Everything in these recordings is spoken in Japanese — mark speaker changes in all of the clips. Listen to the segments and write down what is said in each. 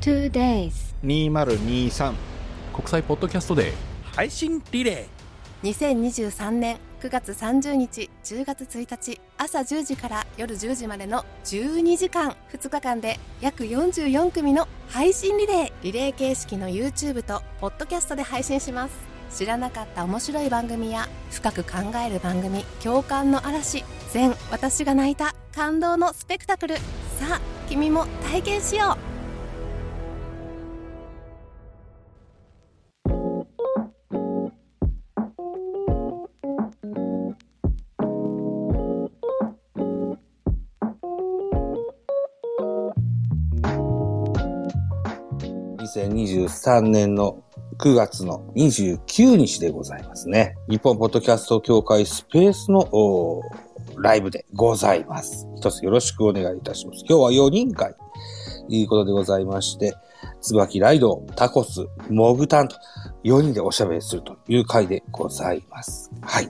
Speaker 1: two days
Speaker 2: 2023
Speaker 3: 国際ポッドキャストデー
Speaker 4: 配信リレー
Speaker 5: 2023年9月30日10月1日朝10時から夜10時までの12時間2日間で約44組の配信リレーリレー形式の YouTube とポッドキャストで配信します知らなかった面白い番組や深く考える番組共感の嵐全私が泣いた感動のスペクタクルさあ君も体験しよう
Speaker 6: 2023年の9月の29日でございますね。日本ポッドキャスト協会スペースのおーライブでございます。一つよろしくお願いいたします。今日は4人会ということでございまして、椿ライド、タコス、モグタンと4人でおしゃべりするという会でございます。はい。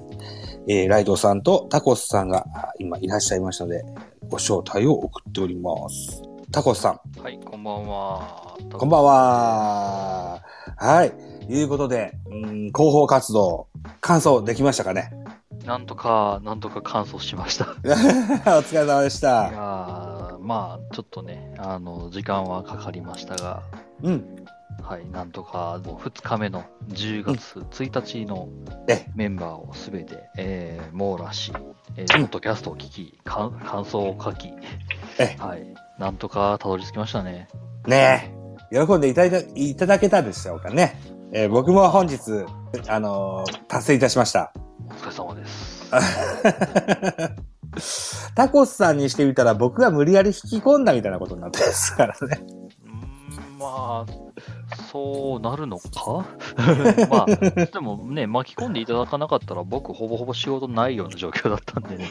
Speaker 6: えーライドさんとタコスさんがあ今いらっしゃいましたので、ご招待を送っております。タコスさん、
Speaker 7: はい、こんばんは。
Speaker 6: こんばん。は。はい。いうことで、うん、広報活動、感想できましたかね
Speaker 7: なんとか、なんとか完走しました。い
Speaker 6: お疲れ様でし
Speaker 7: や
Speaker 6: た。
Speaker 7: ーまあ、ちょっとね、あの、時間はかかりましたが、
Speaker 6: うん。
Speaker 7: はい、なんとか、もう2日目の10月1日の
Speaker 6: え
Speaker 7: メンバーをすべて、えー、網羅し、えー、ポッドキャストを聞き、か感想を書き
Speaker 6: え、
Speaker 7: はい、なんとかたどり着きましたね。
Speaker 6: ねえ。喜んでいただいたいただけたでしょうかね。えー僕も本日、あのー達成いたしました。
Speaker 7: お疲れ様です。
Speaker 6: タコスさんにしてみたら僕が無理やり引き込んだみたいなことになってますからね。
Speaker 7: うーんまあ、そうなる のかまあ、でもね、巻き込んでいただかなかったら、僕、ほぼほぼ仕事ないような状況だったんでね、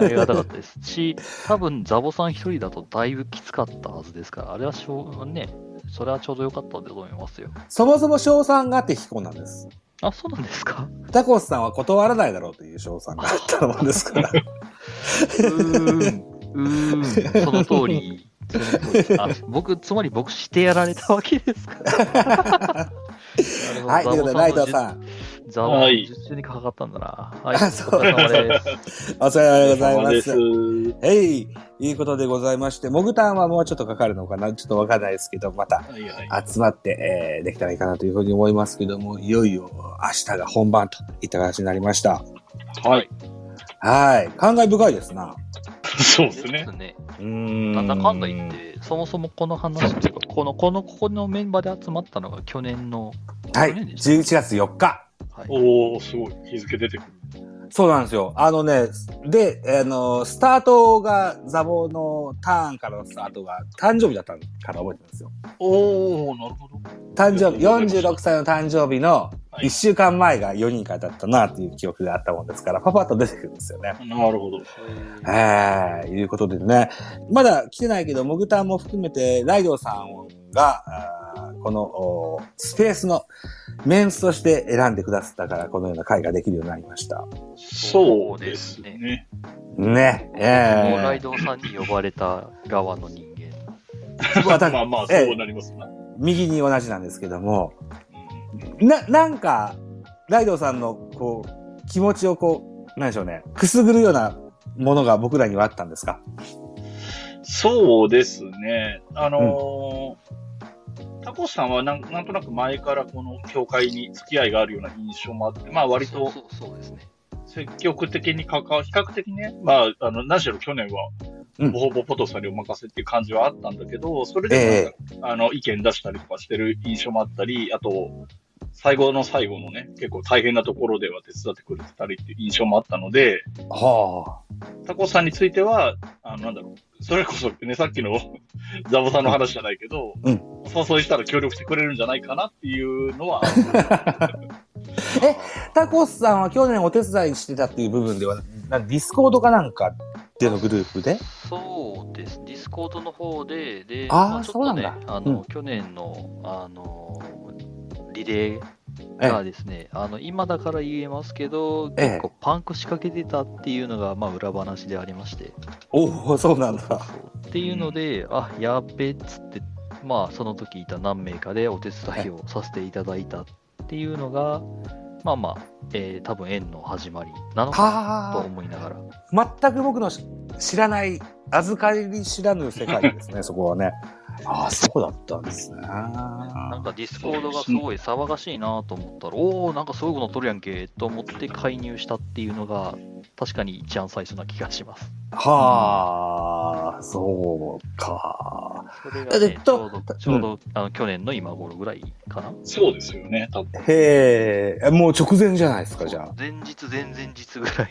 Speaker 7: ありがたかっ たですし、多分ザボさん一人だとだいぶきつかったはずですから、あれはしょう、ね、それはちょうど良かったんだと思いますよ。
Speaker 6: そもそも翔さんがあって引き込んだんです。
Speaker 7: あ、そうなんですか
Speaker 6: タコスさんは断らないだろうという翔さんがあったもんですから。
Speaker 7: う ーん、うーん、その通り。その通りあ僕、つまり僕してやられたわけですから。
Speaker 6: はい。ということで、ライトさん。
Speaker 7: ザ
Speaker 8: は
Speaker 7: ワ
Speaker 8: い
Speaker 7: 術中にかかったんだな。はい、
Speaker 6: あ
Speaker 7: お
Speaker 6: そう
Speaker 7: 疲れ様です。
Speaker 6: お疲れ様でござい
Speaker 8: お疲
Speaker 6: ま。
Speaker 8: れ様です
Speaker 6: えい、いうことでございまして、モグタンはもうちょっとかかるのかなちょっとわかんないですけど、また
Speaker 8: はいはい。
Speaker 6: 集まって、えーできたらいいかなというふうに思いますけども、いよいよ明日が本番といった形になりました。
Speaker 8: はい。
Speaker 6: はい。感慨深いですな。
Speaker 8: そうです
Speaker 7: で
Speaker 8: ね
Speaker 7: す。ね。
Speaker 6: うーん
Speaker 7: なんだかんだ言っ。て、そもそもこの話っていうか、この、この、ここのメンバーで集まったのが去年の、
Speaker 6: はい。
Speaker 7: 去年でし
Speaker 6: 11月4日。
Speaker 7: たはい
Speaker 8: おおすごい。日付出てくる。
Speaker 6: そうなんですよ。あのね、で、あの、スタートが、ザボのターンからのスタートが誕生日だったから覚えてますよ。
Speaker 8: おおなるほど。
Speaker 6: 誕生日、46歳の誕生日の
Speaker 8: はい
Speaker 6: 1週間前が4人会だったなっていう記憶があったもんですから、パパッと出てくるんですよね。
Speaker 8: なるほど。
Speaker 6: えー、いうことでね、まだ来てないけど、モグタンも含めて、ライドさんが、あーこのおスペースのメンツとして選んでくださったから、このような会ができるようになりました。
Speaker 8: そうです
Speaker 7: そうです
Speaker 8: ね。
Speaker 6: ね、え
Speaker 7: もうライ
Speaker 6: ー、
Speaker 7: ドさんに呼ばれた側の人間。
Speaker 6: また
Speaker 8: まあまあ、
Speaker 6: ええ
Speaker 8: そうなりますな。
Speaker 6: 右に同じなんですけども、な、なんか、ライドさんの、こう、気持ちをこう、なんでしょうね、くすぐるようなものが僕らにはあったんですか
Speaker 8: そうですね。あのータコさんはなんなんとなく前からこの教会に付き合いがあるような印象もあって、まあ割と
Speaker 7: そうそうそうですね。
Speaker 8: 積極的に関わる、比較的ね、まあ、あの、何しろ去年は、
Speaker 6: う
Speaker 8: ほ
Speaker 6: ん
Speaker 8: ぼほぼポトさんにお任せっていう感じはあったんだけど、それでもあの、意見出したりとかしてる印象もあったり、あと、最後の最後のね、結構大変なところでは手伝ってくれてたりっていう印象もあったので、
Speaker 6: は
Speaker 8: タコさんについては、あの、なんだろう、それこそね、さっきの ザボさんの話じゃないけど、
Speaker 6: うん
Speaker 8: お誘いしたら協力してくれるんじゃないかなっていうのは、
Speaker 6: あ。タコスさんは去年お手伝いしてたっていう部分では、なんディスコードかなんかでのグループで
Speaker 7: そうです。ディスコードの方で、で、
Speaker 6: あー
Speaker 7: まちょっと
Speaker 6: そ
Speaker 7: ね
Speaker 6: うなんだ
Speaker 7: あの、
Speaker 6: うん
Speaker 7: 去年の、あの、リレーがですね、あの、今だから言えますけど、
Speaker 6: ええ
Speaker 7: 結構パンク仕掛けてたっていうのが、まあ、裏話でありまして。
Speaker 6: おお、そうなん
Speaker 7: そう
Speaker 6: だ。
Speaker 7: そうっていうので、あやっべっつってまあ、その時いた何名かでお手伝いをさせていただいたっていうのが、まあまあ、えー多分縁の始まりなのかなと
Speaker 6: は
Speaker 7: 思いながら。
Speaker 6: あ、全く僕のし知らない、預かり知らぬ世界です ね、そこはね。ああ、そうだったんですね。
Speaker 7: なんかディスコードがすごい騒がしいなと思ったら、おお、なんかそういうこととるやんけと思って介入したっていうのが、確かに一番最初な気がします。
Speaker 6: はあ、そうか。
Speaker 7: それが、ね
Speaker 6: えっ、
Speaker 7: ち
Speaker 6: と
Speaker 7: ょうど、ちょうど、あの去年の今頃ぐらいかな。
Speaker 8: そうですよね、多分。
Speaker 6: へえ、もう直前じゃないですか、じゃ
Speaker 7: 前日、前々日ぐらい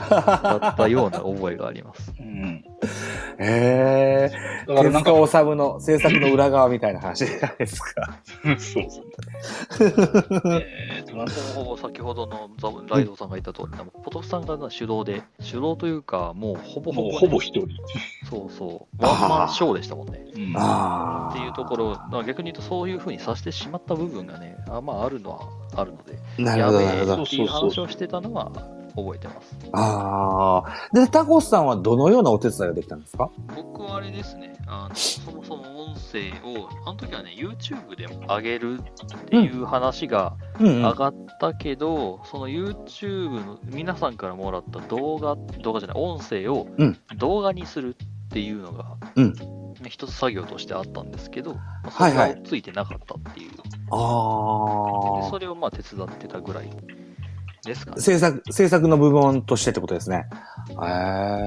Speaker 6: あ。
Speaker 7: だったような覚えがあ ります。
Speaker 8: うん。
Speaker 6: へえ、
Speaker 8: だから
Speaker 6: 手
Speaker 8: なんか、
Speaker 6: 塚治虫の制作の裏側みたいな話じゃないですか。
Speaker 8: そうですね。えーと、なんか、
Speaker 7: ほぼほぼ先ほどのザライドさんが言った通り、ポトフさんが主導で、主導というか、もうほぼほ
Speaker 8: も
Speaker 7: ぼ
Speaker 8: う
Speaker 7: ね、
Speaker 8: ほぼ一人。
Speaker 7: そうそう、ワンマンショーでしたもんね。
Speaker 8: うん
Speaker 6: ああ。
Speaker 7: っていうところ、だから逆に言うと、そういうふうにさせてしまった部分がね、あまあ、あるのはあるので、
Speaker 6: なる
Speaker 7: や
Speaker 6: ほど、
Speaker 7: べ
Speaker 6: なる
Speaker 7: え
Speaker 6: ほど。
Speaker 7: っていう話をしてたのは覚えてます。
Speaker 6: ああ。で、タコスさんはどのようなお手伝いができたんですか
Speaker 7: 僕はあれですね、あのそもそも音声を、あの時はね、YouTube でも上げるっていう話が
Speaker 6: うん、うん。
Speaker 7: 上がったけど、その YouTube の皆さんからもらった動画、動画じゃない、音声を
Speaker 6: うん
Speaker 7: 動画にするっていうのが、
Speaker 6: うん
Speaker 7: ね一つ作業としてあったんですけど、まあそ
Speaker 6: は
Speaker 7: れ
Speaker 6: いはい
Speaker 7: がついてなかったっていう、で
Speaker 6: あ
Speaker 7: それをまあ手伝ってたぐらいですか
Speaker 6: あ。
Speaker 7: ね。
Speaker 6: 制作、制作の部門としてってことですね。ええ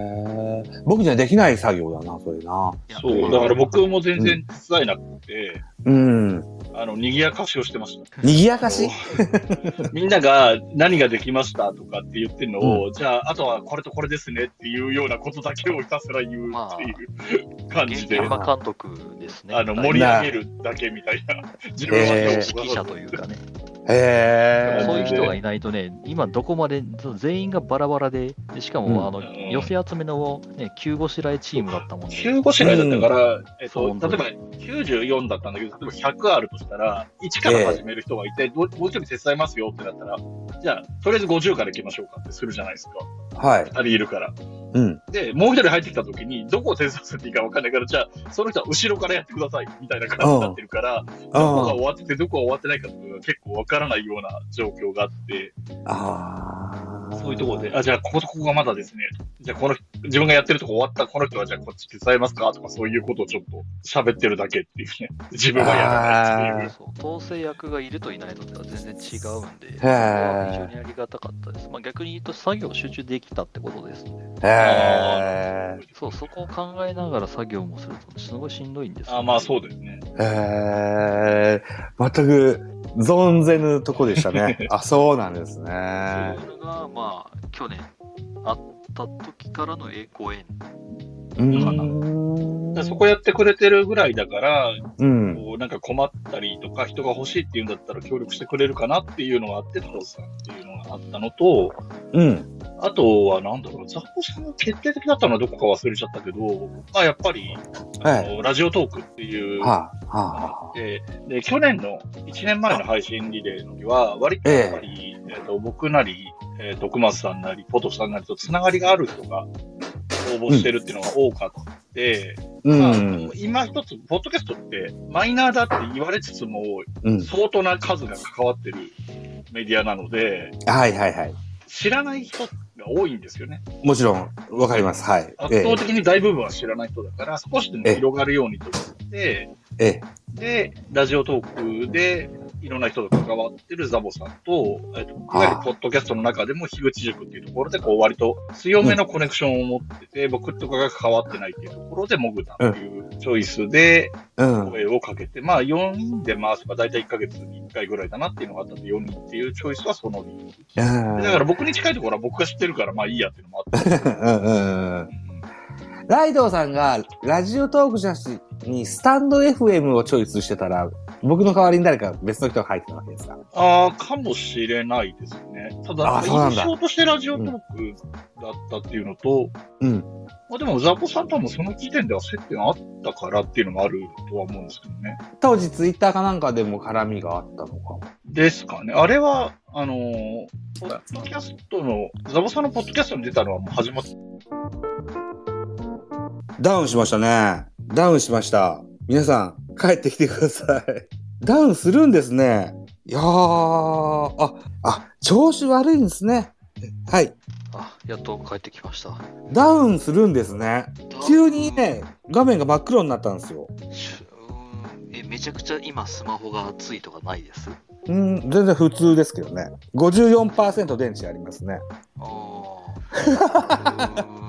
Speaker 6: 僕にはできない作業だな、それな。
Speaker 8: そう、だから僕も全然手伝えなくて、
Speaker 6: うん。
Speaker 8: あの、賑やかしをしてました。
Speaker 6: 賑やかし
Speaker 8: みんなが何ができましたとかって言ってるのを、じゃあ、あとはこれとこれですねっていうようなことだけをひたすら言うっていう感じで、
Speaker 7: 現
Speaker 8: あ、
Speaker 7: 場監督ですね。
Speaker 8: の、盛り上げるだけみたいな、自分
Speaker 6: えー
Speaker 8: は
Speaker 7: 指揮者というかね、
Speaker 6: へえ。
Speaker 7: そういう人がいないとね、今どこまでそう全員がバラバラで、でしかも、
Speaker 6: うん
Speaker 7: あの寄せ集めの、ね、急ごしらえチームだったもんで、
Speaker 8: 中古市内だったから、えっ
Speaker 7: そう
Speaker 8: と
Speaker 7: 本当、に
Speaker 8: 例えば94だったんだけど、例えば100あるとしたら、1から始める人がいて、どうもう一人手伝いますよってなったら、じゃあ、とりあえず50から行きましょうかってするじゃないですか。
Speaker 6: はい
Speaker 8: 2。人いるから。
Speaker 6: うん。
Speaker 8: で、もう一人入ってきた時に、どこを手伝わせていいか分かんないから、じゃあ、その人は後ろからやってください、みたいな感じになってるから、どこが
Speaker 6: あ
Speaker 8: 終わってて、どこが終わってないかとかが結構分からないような状況があって、
Speaker 6: あー。
Speaker 8: そういうところで、あ、じゃあ、こことここがまだですね、じゃあ、この、自分がやってるとこ終わった、この人はじゃあ、こっち手伝いますかとか、そういうことをちょっと喋ってるだけっていうね、自分はやらないっていう。
Speaker 7: そう統制役がいるといないのとは全然違うんで、それは非常に
Speaker 6: へ
Speaker 7: ありがたかったです。まあ、逆に言うと、作業を集中できたってことですね。
Speaker 6: え。へ
Speaker 7: そうそこを考えながら作業もすると、すごいしんどいんですよ
Speaker 8: あ、まあ、そうですね。
Speaker 6: え。へえ。全く、存ぜぬとこでした ね。あ、そうなんですね。
Speaker 7: そういうのが、まあ、去年あった時からの栄光縁。
Speaker 6: う
Speaker 8: だ
Speaker 6: ん
Speaker 8: からそこやってくれてるぐらいだから、
Speaker 6: うん。
Speaker 8: こうなんか困ったりとか、人が欲しいっていうんだったら協力してくれるかなっていうのがあって、太郎さんっていうのがあったのと、
Speaker 6: うん。
Speaker 8: あとはなんだろう、ザコさんが決定的だったのはどこか忘れちゃったけど、まあやっぱり、あ
Speaker 6: はい。
Speaker 8: のラジオトークっていう、
Speaker 6: はあ、は
Speaker 8: でで、去年の1年前の配信リレーの時は、割とやっぱり、えーと僕なり、えーと、熊津さんなり、ポトフさんなりとつながりがある人が応募してるっていうのが多かった。で、
Speaker 6: あ。う
Speaker 8: まあ
Speaker 6: ん。
Speaker 8: 今一つ、ポッドキャストってマイナーだって言われつつも、
Speaker 6: うん。
Speaker 8: 相当な数が関わってるメディアなので、
Speaker 6: はいはいはい。
Speaker 8: 知らない人が多いんですよね。
Speaker 6: もちろん、わかります。はい。え
Speaker 8: 圧
Speaker 6: え
Speaker 8: 倒的に大部分は知らない人だから、少しでも広がるようにと思って、
Speaker 6: ええ。
Speaker 8: で、ラジオトークで、いろんな人が関わってるザボさんと、えっと、いわゆるポッドキャストの中でも、樋口塾っていうところで、こう、割と強めのコネクションを持ってて、僕とかが関わってないっていうところで、モグタっていうチョイスで、
Speaker 6: うん。
Speaker 8: 声をかけて、まあ4人で回せば大体1ヶ月に1回ぐらいだなっていうのがあったんで、4人っていうチョイスはその理由。
Speaker 6: うん
Speaker 8: だから僕に近いところは僕が知ってるから、まあいいやっていうのもあ った。
Speaker 6: うんうんうん。ライドウさんが、ラジオトークじゃなしに、スタンド FM をチョイスしてたら、僕の代わりに誰か別の人が入ってたわけですか
Speaker 8: ああ、かもしれないですね。ただ、
Speaker 6: あそうなん
Speaker 8: 印
Speaker 6: だ
Speaker 8: 象としてラジオトークだったっていうのと、
Speaker 6: うん。
Speaker 8: まあでもザコさんともその時点では接点あったからっていうのもあるとは思うんですけどね。
Speaker 6: 当時ツイッターかなんかでも絡みがあったのかも。
Speaker 8: ですかね。あれは、あのーポッドキャストの、ザボさんのポッドキャストに出たのはもう始まっ
Speaker 6: ダウンしましたね。ダウンしました。皆さん、帰ってきてください。ダウンするんですね。いやー、あ、あ、調子悪いんですね。はい。
Speaker 7: あ、やっと帰ってきました。
Speaker 6: ダウンするんですね。急にね、画面が真っ黒になったんですよ。
Speaker 7: しゅうーんえめちゃくちゃ今スマホが熱いとかないです。
Speaker 6: うん、全然普通ですけどね。54%電池ありますね。
Speaker 7: あーうーん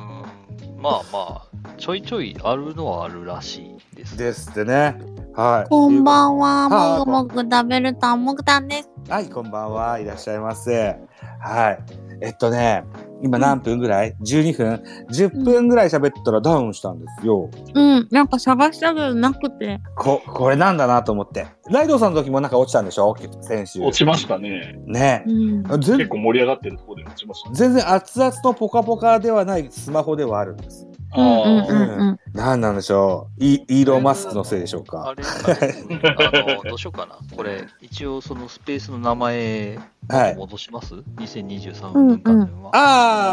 Speaker 7: まあまあ、ちょいちょいあるのはあるらしいです。
Speaker 6: ですってね。はい。
Speaker 1: こんばん
Speaker 6: は
Speaker 1: は、
Speaker 6: い
Speaker 1: もぐもぐ食べるたんもぐたんです。
Speaker 6: はい、こんばんは。いらっしゃいませ。はい。えっとね、今何分ぐらい ?12 分 ?10 分ぐらい喋ったらダウンしたんですよ。
Speaker 1: うん、なんか探したけどなくて。
Speaker 6: こ、これなんだなと思って。ライドさんの時もなんか落ちたんでしょ先週。
Speaker 8: 落ちましたね。
Speaker 6: ね
Speaker 1: うん。
Speaker 8: 結
Speaker 6: 全
Speaker 8: 構盛り上がってるところで落ちましたね。
Speaker 6: 全然熱々のポカポカではないスマホではあるんです。
Speaker 1: うんうん
Speaker 8: あ
Speaker 1: う
Speaker 8: あ、
Speaker 1: んうん。
Speaker 6: なんなんでしょうイイーロン・マスクのせいでしょうか
Speaker 7: あれ あのどうしようかな、これ、一応そのスペースの名前、
Speaker 6: はい。
Speaker 7: 戻します、2023年間では。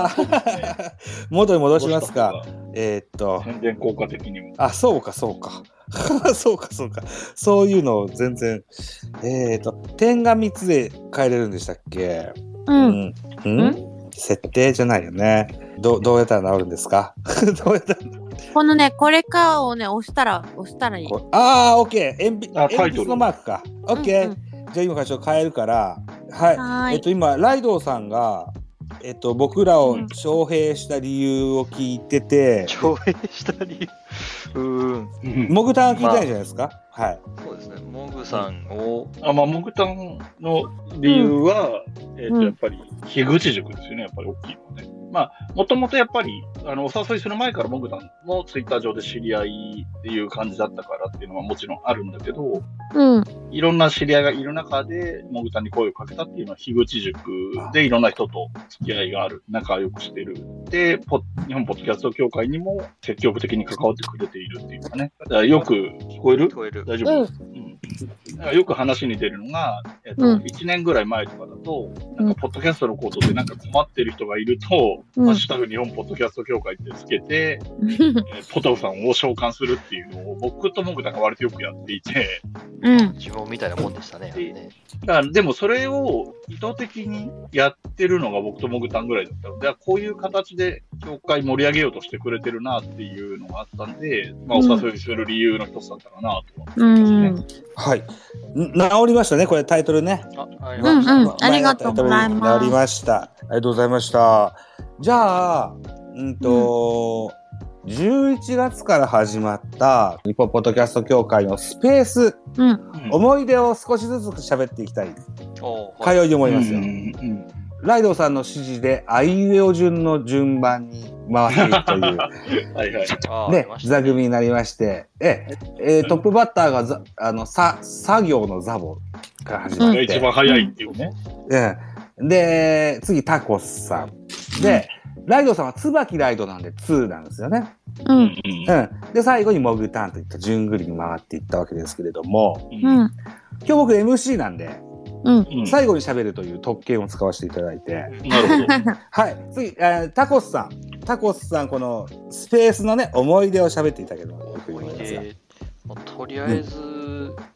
Speaker 6: あ
Speaker 8: そうです
Speaker 6: あ 元に戻しますか。。えーっと。
Speaker 8: 宣伝効果的にも。
Speaker 6: あ、そうか、そうか。 そうか、そうか。そういうのを全然。えっ、ー、と、点が3つで変えれるんでしたっけ
Speaker 1: うん。
Speaker 6: ん。うん設定じゃないよね。どどうやったら治るんですか どうやったら
Speaker 1: このね、これかをね、押したら、押したらいい。
Speaker 6: こああ、オッケー。鉛筆
Speaker 8: あタイト
Speaker 6: 鉛筆
Speaker 8: ル
Speaker 6: のマークか。オッケー。
Speaker 1: うんうん
Speaker 6: じゃあ今からちょっと変えるから。はい。
Speaker 1: はーい
Speaker 6: えっと、今、ライドウさんが、えっと、僕らを
Speaker 1: うん
Speaker 6: 招聘した理由を聞いてて、
Speaker 7: 上映したり、うーん、
Speaker 6: モグタンは聞いてないじゃないですか、はい。
Speaker 7: そうですね、モグさんを、
Speaker 8: あまあ、モグタンの理由は、えっ、
Speaker 1: う
Speaker 8: と、
Speaker 1: ん
Speaker 8: やっぱり、樋口塾ですよね、やっぱり大きいのはね。まあ、もともとやっぱり、あの、お誘いする前からモグタンのツイッター上で知り合いっていう感じだったからっていうのはもちろんあるんだけど、
Speaker 1: うん。
Speaker 8: いろんな知り合いがいる中で、モグタンに声をかけたっていうのは、樋口塾でいろんな人と付き合いがある、仲良くしてる。で、ポッ日本ポッドキャスト協会にも積極的に関わってくれているっていうかね。だからよく聞こえる
Speaker 7: 聞こえる。
Speaker 8: 大丈夫
Speaker 1: うん。
Speaker 8: うんなんかよく話に出るのが、えっと
Speaker 1: うん
Speaker 8: 1年ぐらい前とかだと、
Speaker 1: うん
Speaker 8: なんかポッドキャストのことでなんか困ってる人がいると、
Speaker 1: うん
Speaker 8: ハッシュタグ日本ポッドキャスト協会ってつけ て、えーポトフさんを召喚するっていうのを僕とモグタが割とよくやっていて、
Speaker 1: うん。
Speaker 7: 自分みたいなもんでしたね。あれね
Speaker 8: だからでもそれを意図的にやってるのが僕とモグタンぐらいだったので、あこういう形で協会盛り上げようとしてくれてるなっていうのがあったんで、まあ、お誘いする理由の一つだったかなとは
Speaker 1: う
Speaker 8: 思いますね。
Speaker 1: ん。
Speaker 6: はい。ん治りましたね、これタイトルね。
Speaker 7: あ、あり
Speaker 1: うん
Speaker 7: ました
Speaker 1: うんありがとうございます
Speaker 6: 前のタイトルに治りました。ありがとうございました。じゃあ、うんと、11月から始まった日本ポッドキャスト協会のスペース、
Speaker 1: うん。
Speaker 8: うん
Speaker 6: 思い出を少しずつ喋っていきたい、
Speaker 7: おー
Speaker 6: か
Speaker 7: はい
Speaker 6: ように思いますよ。
Speaker 8: うんうんうん
Speaker 6: ライドさんの指示で、あいうえお順の順番に回していくという。
Speaker 8: はいはい。
Speaker 7: あーあ
Speaker 6: ね
Speaker 7: りま、した
Speaker 6: 座組になりまして、え、えートップバッターがざ、あの、さ、作業のザボから始まっ
Speaker 1: う
Speaker 8: が
Speaker 6: て、
Speaker 8: 一番早いっていうね。
Speaker 6: うん。で、次、タコスさん。で、ライドさんは椿ライドなんで2なんですよね。
Speaker 1: う。
Speaker 8: うん
Speaker 6: う
Speaker 8: ん
Speaker 6: ん。で、最後にモグタンといった順繰りに回っていったわけですけれども、
Speaker 8: う
Speaker 1: うん
Speaker 6: 今
Speaker 1: ん。
Speaker 6: 日僕 MC なんで、
Speaker 1: うん。
Speaker 8: うん
Speaker 6: 最後に喋るという特権を使わせていただいて、
Speaker 8: なるほど。
Speaker 6: はい。次、えータコスさん。タコスさん、このスペースのね、思い出を喋っていただければというふうに思いますが。
Speaker 7: でまあとりあえず、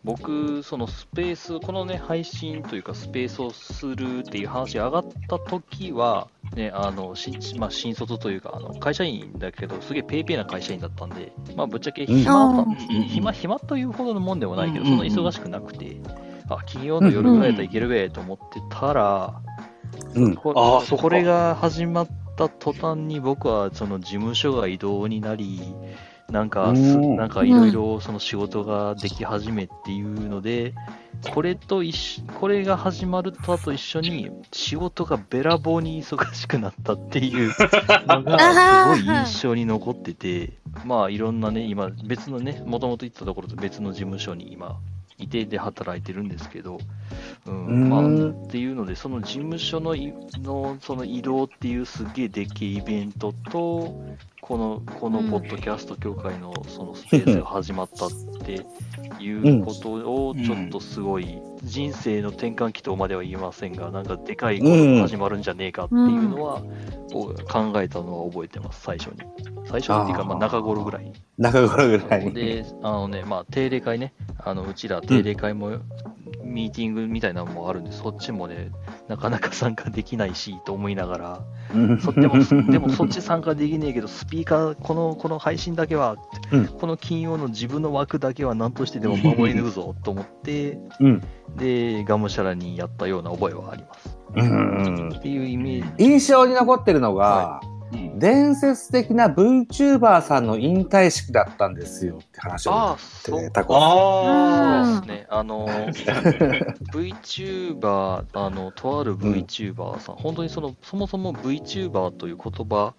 Speaker 7: 僕、そのスペース、このね、配信というか、スペースをするっていう話が上がった時は、ね、あの、新、まあ、新卒というか、あの、会社員だけど、すげえペイペイな会社員だったんで、まあ、ぶっちゃけ暇だったんです、
Speaker 8: うん
Speaker 7: 暇、暇というほどのもんでもないけど、
Speaker 8: うん
Speaker 7: そんな忙しくなくて、あ、金曜の夜ぐらいだったらいけるべと思ってたら、
Speaker 6: うん。
Speaker 7: こ
Speaker 8: あーそっか
Speaker 7: これが始まった途端に僕はその事務所が異動になりなんかす
Speaker 6: うん
Speaker 7: なんかいろいろその仕事ができ始めっていうのでこれと一緒これが始まるとと一緒に仕事がべらぼうに忙しくなったっていうのがすごい印象に残っててまあいろんなね今別のねもともと行ってたところと別の事務所に今いてで働いてるんですけど、うんまあ
Speaker 6: うん
Speaker 7: っていうので、その事務所のいのその移動っていうすっげえでっけえイベントと、このこの
Speaker 1: うん
Speaker 7: ポッドキャスト協会のそのスペースが始まったっていうことを、
Speaker 8: うん
Speaker 7: ちょっとすごい、人生の転換期とまでは言いませんが、なんかでかいことが始まるんじゃねえかっていうのは、を考えたのは覚えてます、最初に。最初っていうか、まあ、中頃ぐらい。
Speaker 6: 中頃ぐらいに。
Speaker 7: で、あのね、まあ、定例会ね、あのうちら定例会も、ミーティングみたいなのもあるんで、そっちもね、なかなか参加できないし、と思いながら、そでも でもそっち参加できねえけど、スピーカー、このこの配信だけは、
Speaker 6: うん
Speaker 7: この金曜の自分の枠だけは何としてでも守り抜くぞと思って、
Speaker 6: うん
Speaker 7: で、がむしゃらにやったような覚えはあります。
Speaker 6: うん
Speaker 7: っていうイメージ。
Speaker 6: 印象に残ってるのが、
Speaker 8: うん
Speaker 6: 伝説的な VTuber さんの引退式だったんですよって話を
Speaker 7: あ
Speaker 6: っ
Speaker 7: あ、
Speaker 6: て
Speaker 7: そう
Speaker 6: ね、タコ
Speaker 8: あ
Speaker 1: うん
Speaker 8: あ、
Speaker 7: そうですね。あの、VTuber、あの、とある VTuber さん、本当にその、そもそも VTuber という言葉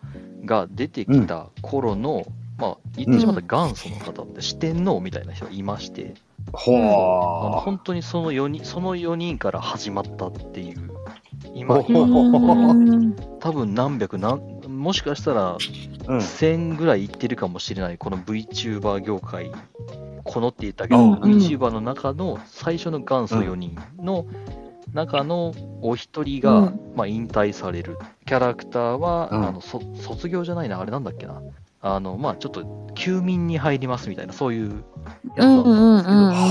Speaker 7: が出てきた頃の、まあ、言ってしまった元祖の方って四天王みたいな人がいまして、あの
Speaker 6: ほー
Speaker 7: 本当にその4人、その4人から始まったっていう、今、
Speaker 6: ほ
Speaker 7: 今
Speaker 6: ほ
Speaker 1: うん
Speaker 7: 多分何百何、もしかしたら
Speaker 6: うん
Speaker 7: 1000ぐらいいってるかもしれない、この VTuber 業界、このって言ったけど、
Speaker 6: うん
Speaker 7: VTuber の中の最初の元祖4人の中のお一人が、
Speaker 1: うん
Speaker 7: まあ、引退される。キャラクターは、
Speaker 6: うん
Speaker 7: あのそ卒業じゃないな、あれなんだっけな。あの、まあ、ちょっと休眠に入りますみたいな、そういうやつだったんですけど、
Speaker 1: うんうんうん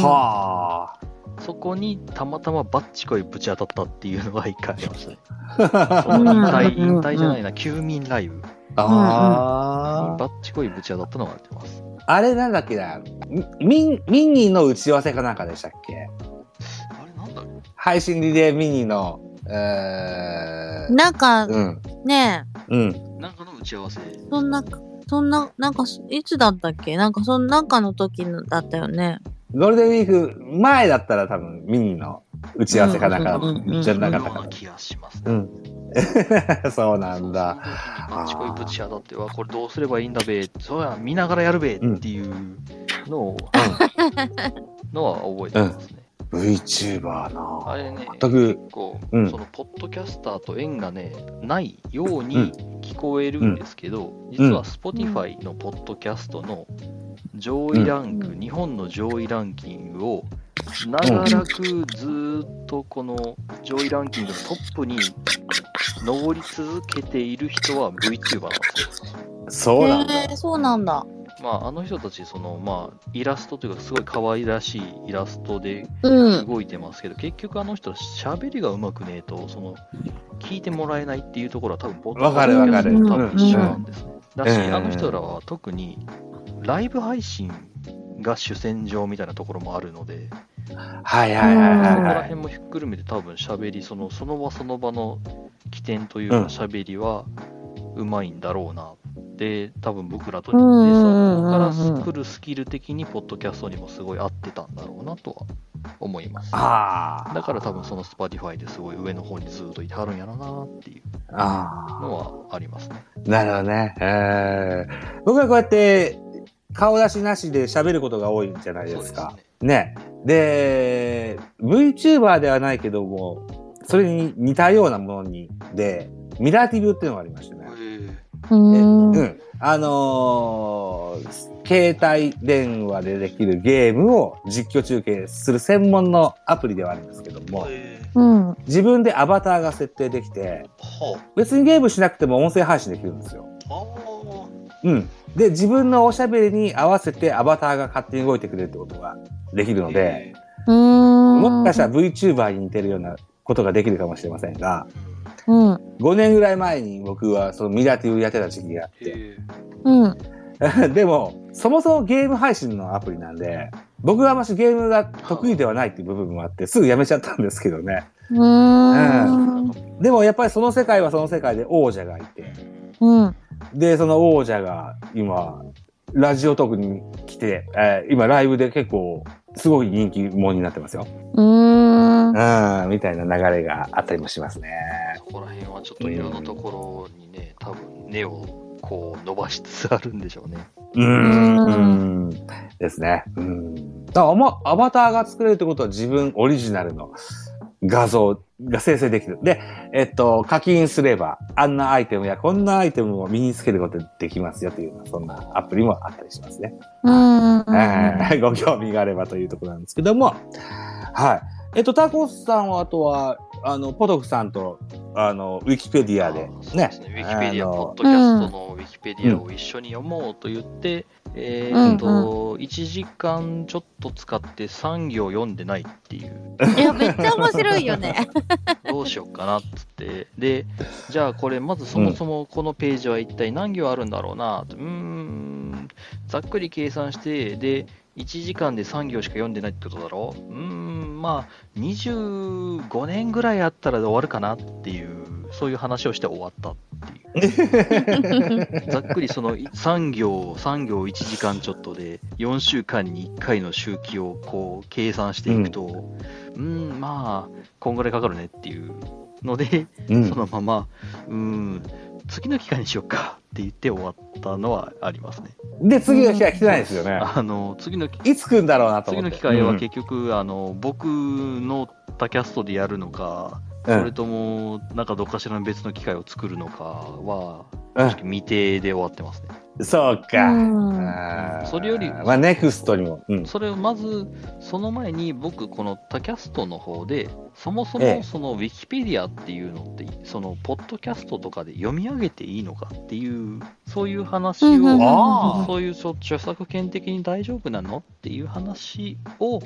Speaker 6: は
Speaker 7: そこにたまたまバッチコイぶち当たったっていうのが一回ありました ね。そ
Speaker 6: あ。
Speaker 7: の引退、
Speaker 1: うんうんうん
Speaker 7: 引退じゃないな、休眠ライブに
Speaker 6: あー
Speaker 7: バッチコイぶち当たったのがあります。
Speaker 6: あれなんだっけなミンミニーの打ち合わせかなんかでしたっけ
Speaker 7: あれなんだろう
Speaker 6: 配信リレーミニーの、えー、
Speaker 1: なんか
Speaker 6: うん、
Speaker 1: ね
Speaker 6: うん。
Speaker 7: なんかの打ち合わせ。
Speaker 1: えそんなそんななんかいつだったっけなんかそんなんかの時のだったよね
Speaker 6: ゴールデンウィーク前だったら多分ミニーの打ち合わせかなんか
Speaker 1: うんうんうんうん
Speaker 6: じゃなか
Speaker 7: よ
Speaker 6: った
Speaker 7: う
Speaker 6: か
Speaker 7: な気がしますね。
Speaker 6: な。うん。 そうなんだ。
Speaker 7: その時にバッチコイぶち当たって、わ、これどうすればいいんだべ、そうや、見ながらやるべっていうのを、のは覚えてますね。
Speaker 6: VTuber な
Speaker 7: あれね、
Speaker 6: 全く、
Speaker 7: 結構、
Speaker 6: うん
Speaker 7: そのポッドキャスターと縁がね、ないように聞こえるんですけど、実は Spotify のポッドキャストの上位ランク、
Speaker 1: うん
Speaker 7: 日本の上位ランキングを、長らくずーっとこの上位ランキングのトップに上り続けている人は VTuber なんですよ。
Speaker 6: そうなんだ。
Speaker 1: へえそうなんだ
Speaker 7: まあ、あの人たち、その、まあ、イラストというか、すごい可愛らしいイラストで
Speaker 1: うん
Speaker 7: 動いてますけど、結局あの人は喋りがうまくねえと、その、聞いてもらえないっていうところは多分、ポッド
Speaker 6: わかる
Speaker 1: わかる
Speaker 7: キャストと多分一緒なんですね。だし、
Speaker 6: うん
Speaker 7: あの人らは特に、ライブ配信が主戦場みたいなところもあるので、
Speaker 6: はいはいはい
Speaker 7: そ
Speaker 6: は
Speaker 7: こら
Speaker 6: いは
Speaker 7: 辺
Speaker 6: い。
Speaker 7: もひっくるめて多分喋り、その、その場その場の起点というか
Speaker 6: うん
Speaker 7: 喋りはうまいんだろうな。で、多分僕らと
Speaker 1: うんうん
Speaker 7: 似て、そ
Speaker 1: うん
Speaker 7: こ
Speaker 1: うん
Speaker 7: から来るスキル的に、ポッドキャストにもすごい合ってたんだろうなとは思います。
Speaker 6: あ
Speaker 7: だから多分その Spotify ですごい上の方にずっといてはるんやろなっていう
Speaker 6: あ。ああ。
Speaker 7: のはありますね。
Speaker 6: なるほどね。えー、僕はこうやって顔出しなしで喋ることが多いじゃないですか。
Speaker 7: そう
Speaker 6: ね。で、VTuber ではないけども、それに似たようなものに、で、ミラーティブっていうのがありましてね。
Speaker 7: ですね。
Speaker 1: う
Speaker 6: え
Speaker 1: ん
Speaker 6: うん。あのー携帯電話でできるゲームを実況中継する専門のアプリではあるんですけども、
Speaker 1: うん
Speaker 6: 自分でアバターが設定できて、別にゲームしなくても音声配信できるんですよ。
Speaker 8: あ
Speaker 6: うん。で、自分のおしゃべりに合わせてアバターが勝手に動いてくれるってことができるので、
Speaker 1: うん
Speaker 6: もしかしたら VTuber に似てるようなことができるかもしれませんが、
Speaker 1: うん
Speaker 6: 5年ぐらい前に僕はそのミラティブやってた時期があっ
Speaker 7: へえ。
Speaker 1: うん
Speaker 6: て、 でも、そもそもゲーム配信のアプリなんで、僕はあましゲームが得意ではないっていう部分もあって、すぐやめちゃったんですけどね。
Speaker 1: うん
Speaker 6: でもやっぱりその世界はその世界で王者がいて、
Speaker 1: うん
Speaker 6: で、その王者が今、ラジオトークに来て、えー今ライブで結構、すごい人気者になってますよ。
Speaker 1: うん
Speaker 6: うん、みたいな流れがあったりもしますね。
Speaker 7: そこら辺はちょっといろんなところにね、多分根をこう伸ばしつつあるんでしょうね。
Speaker 6: うん、
Speaker 1: う
Speaker 6: うん、ですね。うん。だからあまアバターが作れるってことは自分オリジナルの画像が生成できる。で、えっと、課金すれば、あんなアイテムやこんなアイテムを身につけることできますよというような、そんなアプリもあったりしますね。
Speaker 1: うん
Speaker 6: えーご 興味があればというところなんですけども、はい。えっと、タコスさんは、あとは、あの、ポトフさんとあの、ウィキペディアで
Speaker 7: あーそう
Speaker 6: ね
Speaker 7: すウィキペディ
Speaker 6: あ
Speaker 7: ア、
Speaker 6: の
Speaker 7: ポッドキャストのウィキペディアを一緒に読もうと言って、えーっと、1時間ちょっと使って3行読んでないっていう、
Speaker 1: いや、めっちゃ面白いよね。
Speaker 7: どうしようかなっつって、で、じゃあこれ、まずそもそもこのページは一体何行あるんだろうなと、うーん、ざっくり計算して、で、1時間で3行しか読んでないってことだろううーん、まあ、25年ぐらいあったら終わるかなっていう、そういう話をして終わったっていう。ざっくりその3行、3行1時間ちょっとで、4週間に1回の周期をこう計算していくと、うん、ん、まあ、こんぐらいかかるねっていうので、
Speaker 6: うん
Speaker 7: そのまま、うん、次の期間にしようかって言って終わったのはありますね。
Speaker 6: で、次の日は来てないですよね。
Speaker 7: あの次の
Speaker 6: いつ来るんだろうなと
Speaker 7: 次
Speaker 6: 思っ
Speaker 7: の
Speaker 6: て。
Speaker 7: 機会は結局、あの僕の他キャストでやるのか、
Speaker 6: うん
Speaker 7: それとも、なんかどっかしらの別の機会を作るのかは、
Speaker 6: うん
Speaker 7: 正直未定で終わってますね。
Speaker 6: そうか。
Speaker 1: うん
Speaker 6: あー
Speaker 7: それより
Speaker 6: まあ、ネクストにも。うん。
Speaker 7: それをまず、その前に僕、この他キャストの方で、そもそ
Speaker 6: ええ
Speaker 7: もそのウィキペディアっていうのって、そのポッドキャストとかで読み上げていいのかっていう、そういう話
Speaker 1: うんうんうんうん
Speaker 7: を、
Speaker 6: ああ。
Speaker 7: そういうそ著作権的に大丈夫なのっていう話を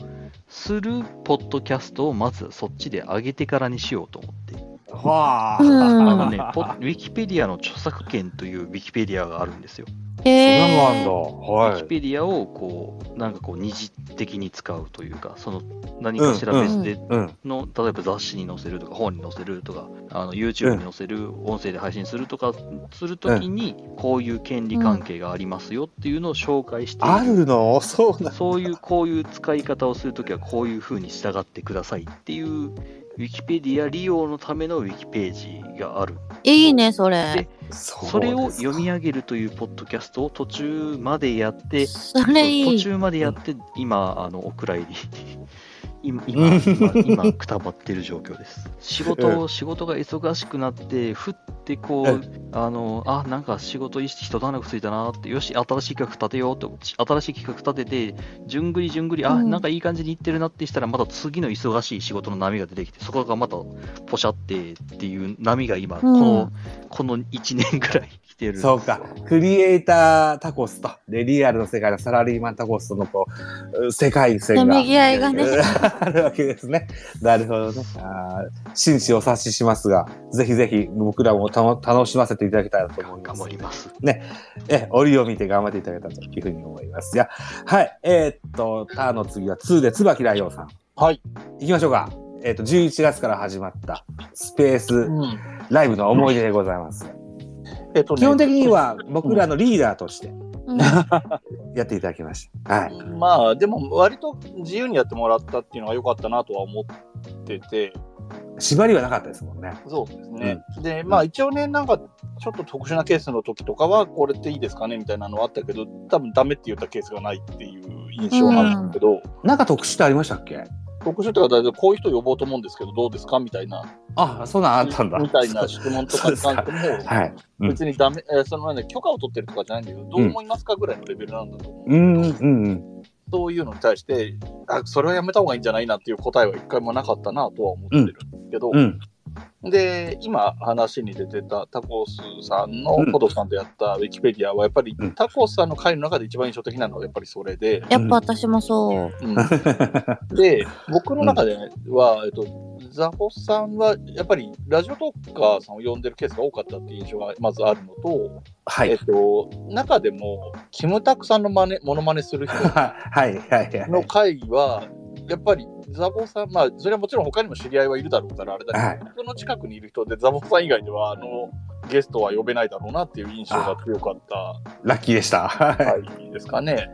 Speaker 7: するポッドキャストをまずそっちで上げてからにしようと思って。
Speaker 6: はあ。
Speaker 1: うん
Speaker 7: あのね、ポッウィキペディアの著作権というウィキペディアがあるんですよ。
Speaker 1: へ
Speaker 6: そんな
Speaker 1: え。
Speaker 6: のあんだ。
Speaker 7: ウィ
Speaker 6: は
Speaker 7: キ
Speaker 6: い。
Speaker 7: ペディアをこう、なんかこう、二次的に使うというか、その何かしら別で
Speaker 6: うん。
Speaker 7: の、例えば雑誌に載せるとか、本に載せるとか、あの YouTube に載せる、音声で配信するとか、するときに、こういう権利関係がありますよっていうのを紹介してい
Speaker 6: あるのそうな。
Speaker 7: そういう、こういう使い方をするときは、こういうふうに従ってくださいっていう、ウィキペディア利用のためのウィキページがある。
Speaker 1: いいね、それ。
Speaker 6: そ
Speaker 7: それを読み
Speaker 6: 上
Speaker 7: 上げるというポッドキャストを途中までやって、
Speaker 1: それい
Speaker 7: 途
Speaker 1: い。
Speaker 7: 中までやって、今、あの、お蔵入り。 今、 今、今今くたばってる状況です。仕事を、仕事が忙しくなって、ふってこ
Speaker 6: う
Speaker 7: う、あの、あ、なんか仕事一段落ついたなって、よし、新しい企画立てようと、新しい企画立てて、じゅんぐりじゅんぐり、あ、
Speaker 1: うん
Speaker 7: なんかいい感じにいってるなってしたら、また次の忙しい仕事の波が出てきて、そこがまたポシャってっていう波が今、こ
Speaker 1: う
Speaker 7: の
Speaker 1: ん、
Speaker 7: この1年ぐらい来てるんです
Speaker 6: そ
Speaker 7: よ
Speaker 6: うか。クリエイタータコスと、で、リアルの世界のサラリーマンタコスとの、こうう、世界
Speaker 1: せ
Speaker 6: 線が
Speaker 1: め。ぎ合いがね。
Speaker 6: あるわけですね。なるほどね。あー真摯お察ししますが、ぜひぜひ僕らもたの楽しませていただけたらと思いま
Speaker 7: 頑
Speaker 6: す
Speaker 7: 張。ります。
Speaker 6: え、折を見て頑張っていただけたらというふうに思います。じゃあはい。えーっと、ターの次は2で椿ライオンさん。
Speaker 8: はい。
Speaker 6: 行きましょうか。えーっと、11月から始まったスペースライブの思い出でございます。
Speaker 8: えっとね
Speaker 6: 基本的には僕らのリーダーとして
Speaker 1: うん
Speaker 6: やっていただきました。はい。
Speaker 8: まあでも割と自由にやってもらったっていうのが良かったなとは思ってて
Speaker 6: 縛りはなかったですもんね。
Speaker 8: そうですね、でまあ一応ねなんかちょっと特殊なケースの時とかはこれっていいですかねみたいなのはあったけど多分ダメって言ったケースがないっていう印象なんですけど、
Speaker 6: なんか特殊ってありましたっけ
Speaker 8: 特殊というか大体こういう人呼ぼうと思うんですけどどうですかみたいな
Speaker 6: あ、そんなんあったんだ。
Speaker 8: みたいな質問とかに関しても
Speaker 6: はい。うん
Speaker 8: 別にダメ、えーそのね許可を取ってるとかじゃないんだけどどう思いますかぐらいのレベルなんだと思う、
Speaker 6: うん、うん、うん。
Speaker 8: そういうのに対してあそれはやめた方がいいんじゃないなっていう答えは一回もなかったなとは思ってるんですけど、
Speaker 6: うん。
Speaker 8: で、今話に出てたタコスさんの
Speaker 6: うん
Speaker 8: コトさんでやったウィキペディアは、やっぱり
Speaker 6: うん
Speaker 8: タコスさんの回の中で一番印象的なのはやっぱりそ れで、
Speaker 1: やっぱ私もそう。
Speaker 8: うんで、僕の中では、えっと、ザホさんはやっぱりラジオトーカーさんを呼んでるケースが多かったっていう印象がまずあるのと、
Speaker 6: は
Speaker 8: えっ
Speaker 6: い。
Speaker 8: と、中でも、キムタクさんの真似、モノマネする人
Speaker 6: はい、はい、はい。
Speaker 8: の会は、やっぱりザボさん、まあ、それはもちろん他にも知り合いはいるだろうから、あれだけど、
Speaker 6: はい
Speaker 8: 僕の近くにいる人で、ザボさん以外では、あの、ゲストは呼べないだろうなっていう印象が強かっ
Speaker 6: ラッキーでした。
Speaker 8: た
Speaker 6: は
Speaker 8: 会ですかね。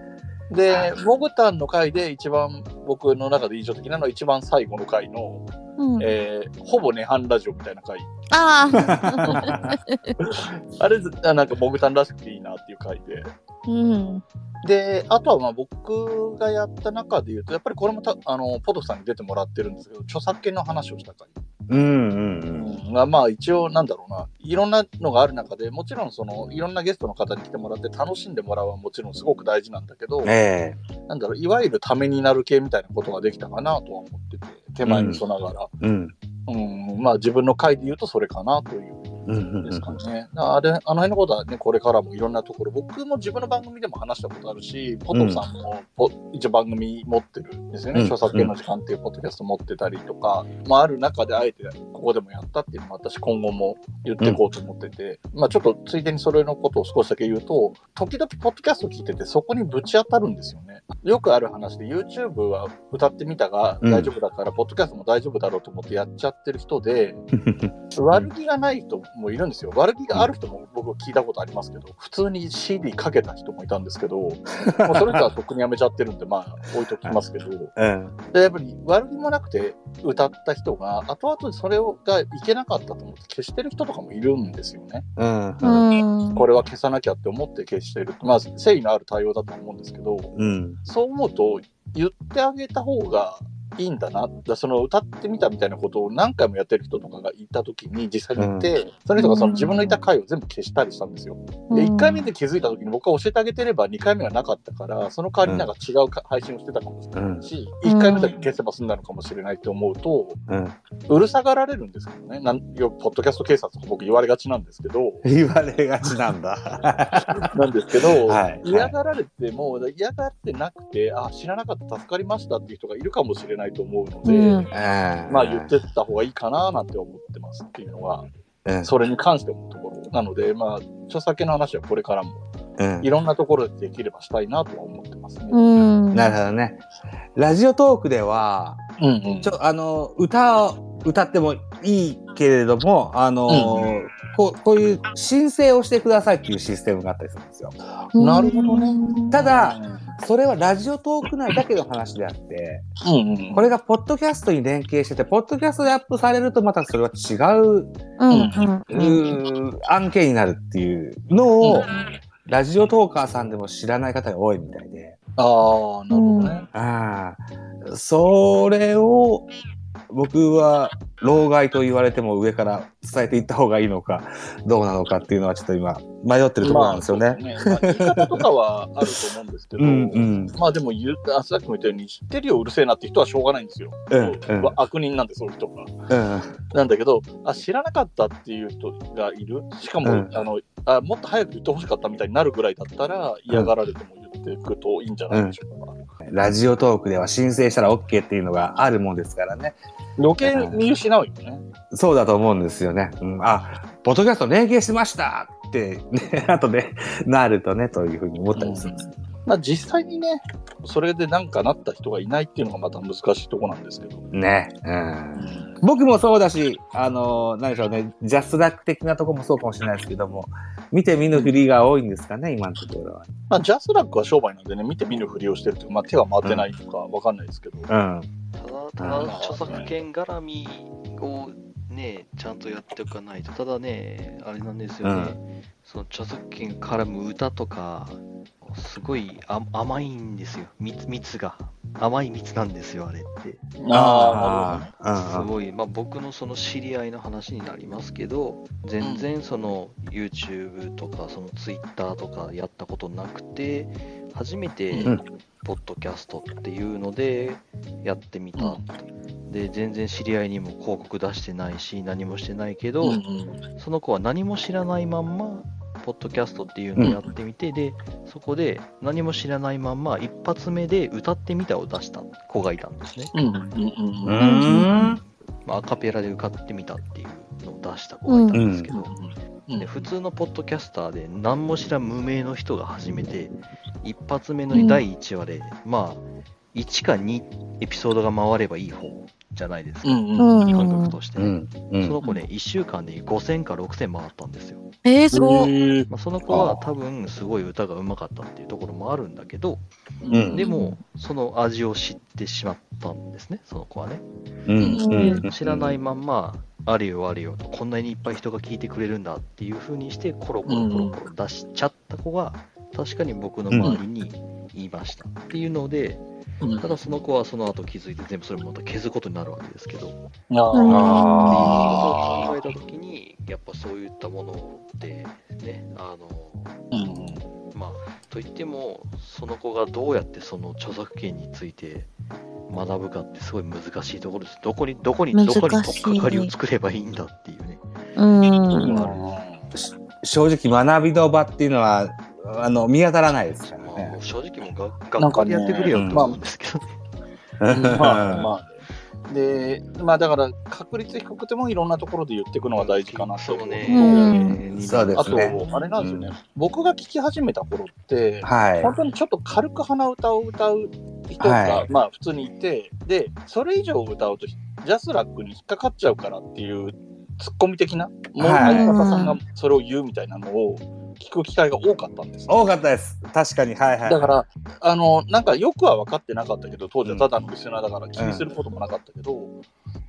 Speaker 8: で、モグタンの会で一番僕の中で印象的なのは一番最後の回の、
Speaker 1: うん、
Speaker 8: えーほぼ涅槃ラジオみたいな回。
Speaker 1: ああ、
Speaker 6: い。
Speaker 8: あれ、ずあなんかモグタンらしくていいなっていう回で。
Speaker 1: うん、
Speaker 8: で、あとはまあ僕がやった中で言うと、やっぱりこれもたあのポトフさんに出てもらってるんですけど、著作権の話をした回。
Speaker 6: うん、うん、うん。
Speaker 8: うんがまあ一応なんだろうないろんなのがある中でもちろんそのいろんなゲストの方に来てもらって楽しんでもらうはもちろんすごく大事なんだけど、
Speaker 6: え
Speaker 8: なんだろういわゆるためになる系みたいなことができたかなとは思ってて手前にそながら、
Speaker 6: えうん。
Speaker 8: うん、まあ自分の回で言うとそれかなという
Speaker 6: うんうんうん
Speaker 8: ですかね。あれ、あの辺のことはね、これからもいろんなところ、僕も自分の番組でも話したことあるし、ポトフさんも、ポ一応番組持ってるんですよね。
Speaker 6: うん
Speaker 8: 著作権の時間っていうポッドキャスト持ってたりとか、まあある中であえてここでもやったっていうのも私今後も言っていこうと思ってて、まあちょっとついでにそれのことを少しだけ言うと、時々ポッドキャスト聞いててそこにぶち当たるんですよね。よくある話で YouTube は歌ってみたが
Speaker 6: うん
Speaker 8: 大丈夫だから、ポッドキャストも大丈夫だろうと思ってやっちゃってる人で、 悪気がない人もいるんですよ。悪気がある人も僕聞いたことありますけど、普通に CD かけた人もいたんですけど、もうそれとはとっくにやめちゃってるんで、まあ置いときますけど、
Speaker 6: うん
Speaker 8: でやっぱり悪気もなくて歌った人が、後々それがいけなかったと思って消してる人とかもいるんですよね。
Speaker 6: うん
Speaker 1: う
Speaker 6: うん
Speaker 1: ん。
Speaker 8: これは消さなきゃって思って消してる。まあ誠意のある対応だと思うんですけど、
Speaker 6: うん
Speaker 8: そう思うと、言ってあげた方がいいんだな。だからその歌ってみたみたいなことを何回もやってる人とかがいた時に実際に行って、その人がその自分のいた回を全部消したりしたんですよ。で、1回目で気づいた時に僕は教えてあげてれば2回目はなかったから、その代わりなんか違うか配信をしてたかもしれないし、
Speaker 1: うん
Speaker 8: 1回目だけ消せば済んだのかもしれないって思うと、
Speaker 6: うん
Speaker 8: うるさがられるんですけどね。なんよくポッドキャスト警察とか僕言われがちなんですけど、
Speaker 6: 言われがちなんだ。
Speaker 8: なんですけど、
Speaker 6: はい
Speaker 8: 嫌がられても、嫌がってなくて、あ、知らなかった、助かりましたっていう人がいるかもしれないと思うので、
Speaker 1: うん
Speaker 8: ま
Speaker 6: ま
Speaker 8: あ言ってった方がいいかななんて思ってますっていうのが、
Speaker 6: うん
Speaker 8: それに関してのところなので、まあ、著作権の話はこれからも、
Speaker 6: うん
Speaker 8: いろんなところでできればしたいなとは思ってますね。
Speaker 1: うん。
Speaker 6: なるほどね。ラジオトークでは、
Speaker 8: うんうん
Speaker 6: ちょあの歌を歌ってもいいけれども、あの、こうこういう申請をしてくださいっていうシステムがあったりするんですよ。
Speaker 8: なるほどね。
Speaker 6: ただ、
Speaker 8: う
Speaker 6: それはラジオトーク内だけの話であって、
Speaker 8: んうん
Speaker 6: これがポッドキャストに連携してて、ポッドキャストでアップされるとまたそれは違う
Speaker 1: うん。う。
Speaker 6: うんー案件になるっていうのを、ラジオトーカーさんでも知らない方が多いみたいで、
Speaker 8: ああ、なるほどね。
Speaker 6: ああ、それを僕は老害と言われても上から伝えていった方がいいのかどうなのかっていうのはちょっと今迷ってるところなんですよね。
Speaker 8: まあ言い方とかはあると思うんですけど、
Speaker 6: うんうん
Speaker 8: まあでも言うあ、さっきも言ったように、知ってるよ、うるせえなって人はしょうがないんですよ。
Speaker 6: うんうん
Speaker 8: わ悪人なんで、そういう人が。
Speaker 6: うん
Speaker 8: なんだけどあ、知らなかったっていう人がいる、しかも、
Speaker 6: うん
Speaker 8: あのあもっと早く言ってほしかったみたいになるぐらいだったら、嫌がられても言っていくといいんじゃないでしょうか。
Speaker 6: ラジオトークでは申請したら OK っていうのがあるもんですからね。
Speaker 8: 余計見失うよね。
Speaker 6: そうだと思うんですよね。うん、あ、ポッドキャスト連携しましたって、ね、 後でなるとね、というふうに思ったりするんです。
Speaker 8: まあ、実際にね、それでなんかなった人がいないっていうのがまた難しいとこなんですけど。
Speaker 6: ね。うん僕もそうだし、あのー何でしょうね、ジャスラック的なとこもそうかもしれないですけども、見て見ぬふりが多いんですかね、今のところは。
Speaker 8: まあ、ジャスラックは商売なんでね、見て見ぬふりをしてるというか、まあ、手が回ってないとかわかんないですけど、
Speaker 6: うん。
Speaker 7: ただ、ただ著作権絡みをね、ちゃんとやっておかないと、ただね、あれなんですよね、その著作権絡む歌とか、すごいあ甘いんですよ、蜜蜜が。甘い蜜なんですよ、あれって。
Speaker 8: ああ、
Speaker 6: あ
Speaker 7: すごい、まあ、僕のその知り合いの話になりますけど、全然その YouTube とかその Twitter とかやったことなくて、初めて
Speaker 8: うん
Speaker 7: ポッドキャストっていうのでやってみたって、で全然知り合いにも広告出してないし、何もしてないけど、
Speaker 8: うんうん
Speaker 7: その子は何も知らないまんま、ポッドキャストっていうのをやってみて、でそこで何も知らないまんま、一発目で歌ってみたを出した子がいたんですね。
Speaker 8: うんうん
Speaker 6: う
Speaker 8: うん
Speaker 6: ーん。
Speaker 7: まあ、アカペラで歌ってみたっていうのを出した子がいたんですけど、
Speaker 8: うん
Speaker 7: で普通のポッドキャスターで何も知らん無名の人が始めて一発目の第1話で、まあ1か2エピソードが回ればいい方じゃないですか、
Speaker 8: うんうん
Speaker 1: うん。
Speaker 7: 感覚として、
Speaker 6: うん。うん。
Speaker 7: その子ね1週間で5000か6000回ったんですよ、
Speaker 1: ええ、すごい。
Speaker 8: へえ
Speaker 7: まあ、その子は多分すごい歌がうまかったっていうところもあるんだけど
Speaker 6: うん
Speaker 7: でもその味を知ってしまったんですねその子はね
Speaker 6: うん
Speaker 7: で知らない。まんま、あれよあれよと、こんなにいっぱい人が聞いてくれるんだっていう風にして、コロコロコロコロ出しちゃった子が、確かに僕の周りに言いましたっていうので、
Speaker 8: うん
Speaker 7: ただその子はその後気づいて全部それもまた消すことになるわけですけど、っていうことを考えた時にやっぱそういったものってねあの
Speaker 8: うん
Speaker 7: まあといってもその子がどうやってその著作権について学ぶかってすごい難しいところですどこにどこにど
Speaker 1: 難
Speaker 7: こ
Speaker 1: しい
Speaker 7: に取っかかりを作ればいいんだっていうね
Speaker 1: うん。
Speaker 6: 正直学びの場っていうのはあの見当たらないですから
Speaker 7: まあ、も
Speaker 6: ね
Speaker 7: う正直もう学
Speaker 8: な
Speaker 7: 学
Speaker 8: んか
Speaker 7: 校で
Speaker 8: ね
Speaker 7: やってくれよと思うんですけどね。
Speaker 8: まあまあ。で、まあだから、確率低くてもいろんなところで言っていくのは大事かなと
Speaker 7: そ
Speaker 8: 思
Speaker 7: う
Speaker 8: う。
Speaker 7: ね。
Speaker 1: うん
Speaker 6: そうで
Speaker 8: あ
Speaker 6: す
Speaker 8: と、
Speaker 6: ね
Speaker 8: あれなんですよね、
Speaker 6: うん
Speaker 8: 僕が聞き始めた頃って、
Speaker 6: はい
Speaker 8: 本当にちょっと軽く鼻歌を歌う人が、
Speaker 6: はい
Speaker 8: まあ普通にいて、で、それ以上歌うとジャスラックに引っかかっちゃうからっていうツッコミ的な、もう
Speaker 6: はい
Speaker 8: 相方さんがそれを言うみたいなのを聞く機会が多かったんですね、
Speaker 6: 多かったです確かにはいはい
Speaker 8: だから、あの、なんかよくは分かってなかったけど、当時はただのリスナーだから気にすることもなかったけど、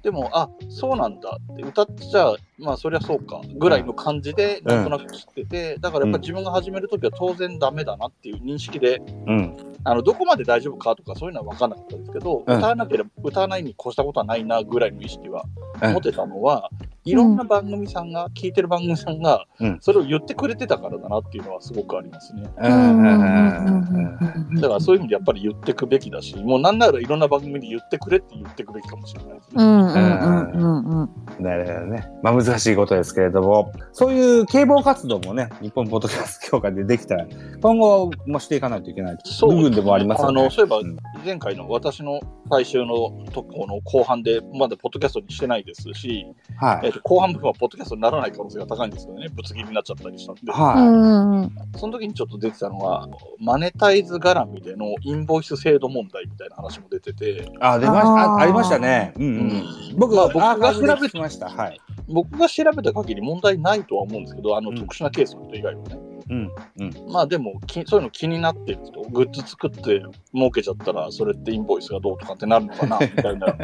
Speaker 8: でも、あ、そうなんだって歌っちゃ、まあそりゃそうか、ぐらいの感じで、
Speaker 6: うん
Speaker 8: なんとなく知ってて、だからやっぱ自分が始めるときは当然ダメだなっていう認識で、
Speaker 6: うん
Speaker 8: あの、どこまで大丈夫かとかそういうのは分かんなかったですけど、
Speaker 6: うん
Speaker 8: 歌わなければ、歌わないに越したことはないな、ぐらいの意識は
Speaker 6: うん
Speaker 8: 持てたのは、いろんな番組さんが、聞いてる番組さんが
Speaker 6: うん、
Speaker 8: それを言ってくれてたからだなっていうのはすごくありますね。
Speaker 6: うんうんうん
Speaker 8: だからそういう意味でやっぱり言ってくべきだし、もうなんならいろんな番組で言ってくれって言ってくべきかもしれないです
Speaker 1: う
Speaker 8: ね。
Speaker 1: んうんうんうん
Speaker 6: うんなるほどねまあ難しいことですけれどもそういう啓蒙活動もね日本ポッドキャスト協会でできたら今後もしていかないといけない
Speaker 8: そう
Speaker 6: 部分でもありますよね
Speaker 8: あのそういえば
Speaker 6: ん
Speaker 8: 前回の私の最終のとこの後半で、まだポッドキャストにしてないですし、
Speaker 6: は
Speaker 8: え
Speaker 6: い
Speaker 8: っと後半部分はポッドキャストにならない可能性が高いんですよね、ぶつ切りになっちゃったりしたんで。
Speaker 1: う
Speaker 6: は
Speaker 1: んうん。
Speaker 8: その時にちょっと出てたのは、マネタイズ絡みでのインボイス制度問題みたいな話も出てて
Speaker 6: い、あ出ました
Speaker 1: あ
Speaker 6: あ
Speaker 1: ー
Speaker 6: ありましたねうんうん、僕
Speaker 8: まあ
Speaker 6: は
Speaker 8: 僕
Speaker 6: 僕
Speaker 8: が
Speaker 6: が調べてましたはい
Speaker 8: 僕が調べた限り問題ないとは思うんですけど、あの
Speaker 6: うん
Speaker 8: 特殊なケースの人以外はね。
Speaker 6: うんうん
Speaker 8: まあでもき、そういうの気になってる人、グッズ作って儲けちゃったら、それってインボイスがどうとかってなるのかな、みたいな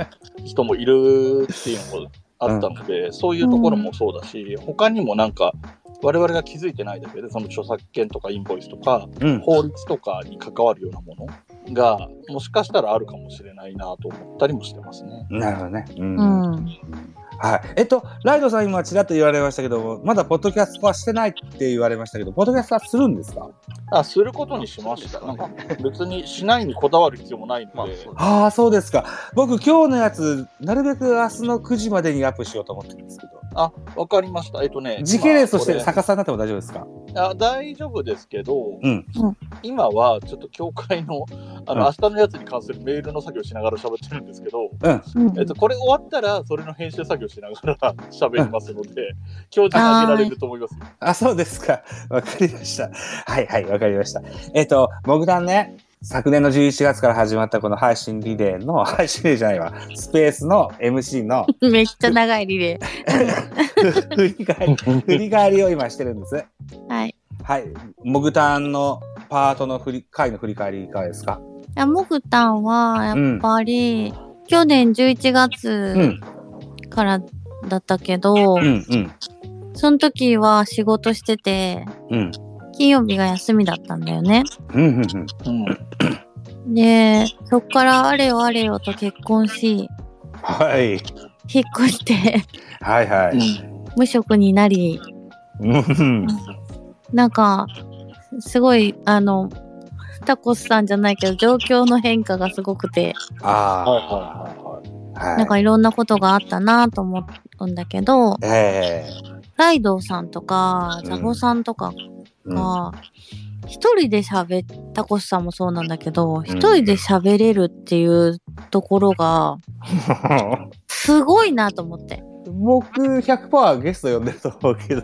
Speaker 8: 人もいるっていうのもあったので、そういうところもそうだし、他にもなんか、我々が気づいてないだけで、その著作権とかインボイスとか、
Speaker 6: うん
Speaker 8: 法律とかに関わるようなものが、もしかしたらあるかもしれないなと思ったりもしてますね。
Speaker 6: なるほどねうん
Speaker 1: うん。
Speaker 6: はい。えっと、ライドさん今ちらっと言われましたけども、まだポッドキャストはしてないって言われましたけど、ポッドキャストはするんですか
Speaker 8: あ、することにしました。なんか別にしないにこだわる必要もない
Speaker 7: まあ
Speaker 8: ので、
Speaker 7: そう
Speaker 6: ああ、そうですか。僕今日のやつ、なるべく明日の9時までにアップしようと思ってるんですけど、
Speaker 8: あ、わかりました。えっとね、
Speaker 6: 時系列として
Speaker 8: 今これ
Speaker 6: 逆さになっても大丈夫ですか
Speaker 8: あ大丈夫ですけど、
Speaker 6: うん
Speaker 1: うん
Speaker 8: 今はちょっと教会のあの、
Speaker 6: うん
Speaker 8: 明日のやつに関するメールの作業しながら喋ってるんですけど、
Speaker 6: うん。
Speaker 1: うん
Speaker 8: えっと、これ終わったらそれの編集作業しながら喋りますので、今日中にあげられると思います。
Speaker 6: あ、そうですか。わかりました。はいはい、わかりました。えっと、僕だね、昨年の11月から始まったこの配信リレーの、配信リレーじゃないわ、スペースの MC の
Speaker 1: めっちゃ長いリレ
Speaker 6: 振り返り、振り返りを今してるんです。
Speaker 1: ー。はい。
Speaker 6: はい。モグタンのパートの振り、回の振り返りいかがですか
Speaker 1: いやモグタンは、やっぱり、去年11
Speaker 6: う
Speaker 1: 月
Speaker 6: ん、
Speaker 1: からだったけど、
Speaker 6: うん、うん、
Speaker 1: その時は仕事してて、
Speaker 6: うん、
Speaker 1: 金曜日が休みだったんだよね。
Speaker 6: うん、うん、うん。
Speaker 1: で、そっからあれよあれよと結婚し、
Speaker 6: はい。
Speaker 1: 引っ越して、
Speaker 6: はい、は
Speaker 1: 無職になり、
Speaker 6: い。うん、
Speaker 1: なんか、すごい、あの、タコスさんじゃないけど、状況の変化がすごくて、
Speaker 8: はい
Speaker 6: あ
Speaker 8: はいはいはい。
Speaker 6: あ、はい。
Speaker 1: なんかいろんなことがあったなと思うんだけど、
Speaker 6: ええ
Speaker 1: ライドウさんとか、ザホさんとか
Speaker 6: うん
Speaker 1: が、一人で喋っ、タコスさんもそうなんだけど、一人で喋れるっていうところが、すごいなと思って。
Speaker 6: 僕100%ゲスト呼んでると思うけど。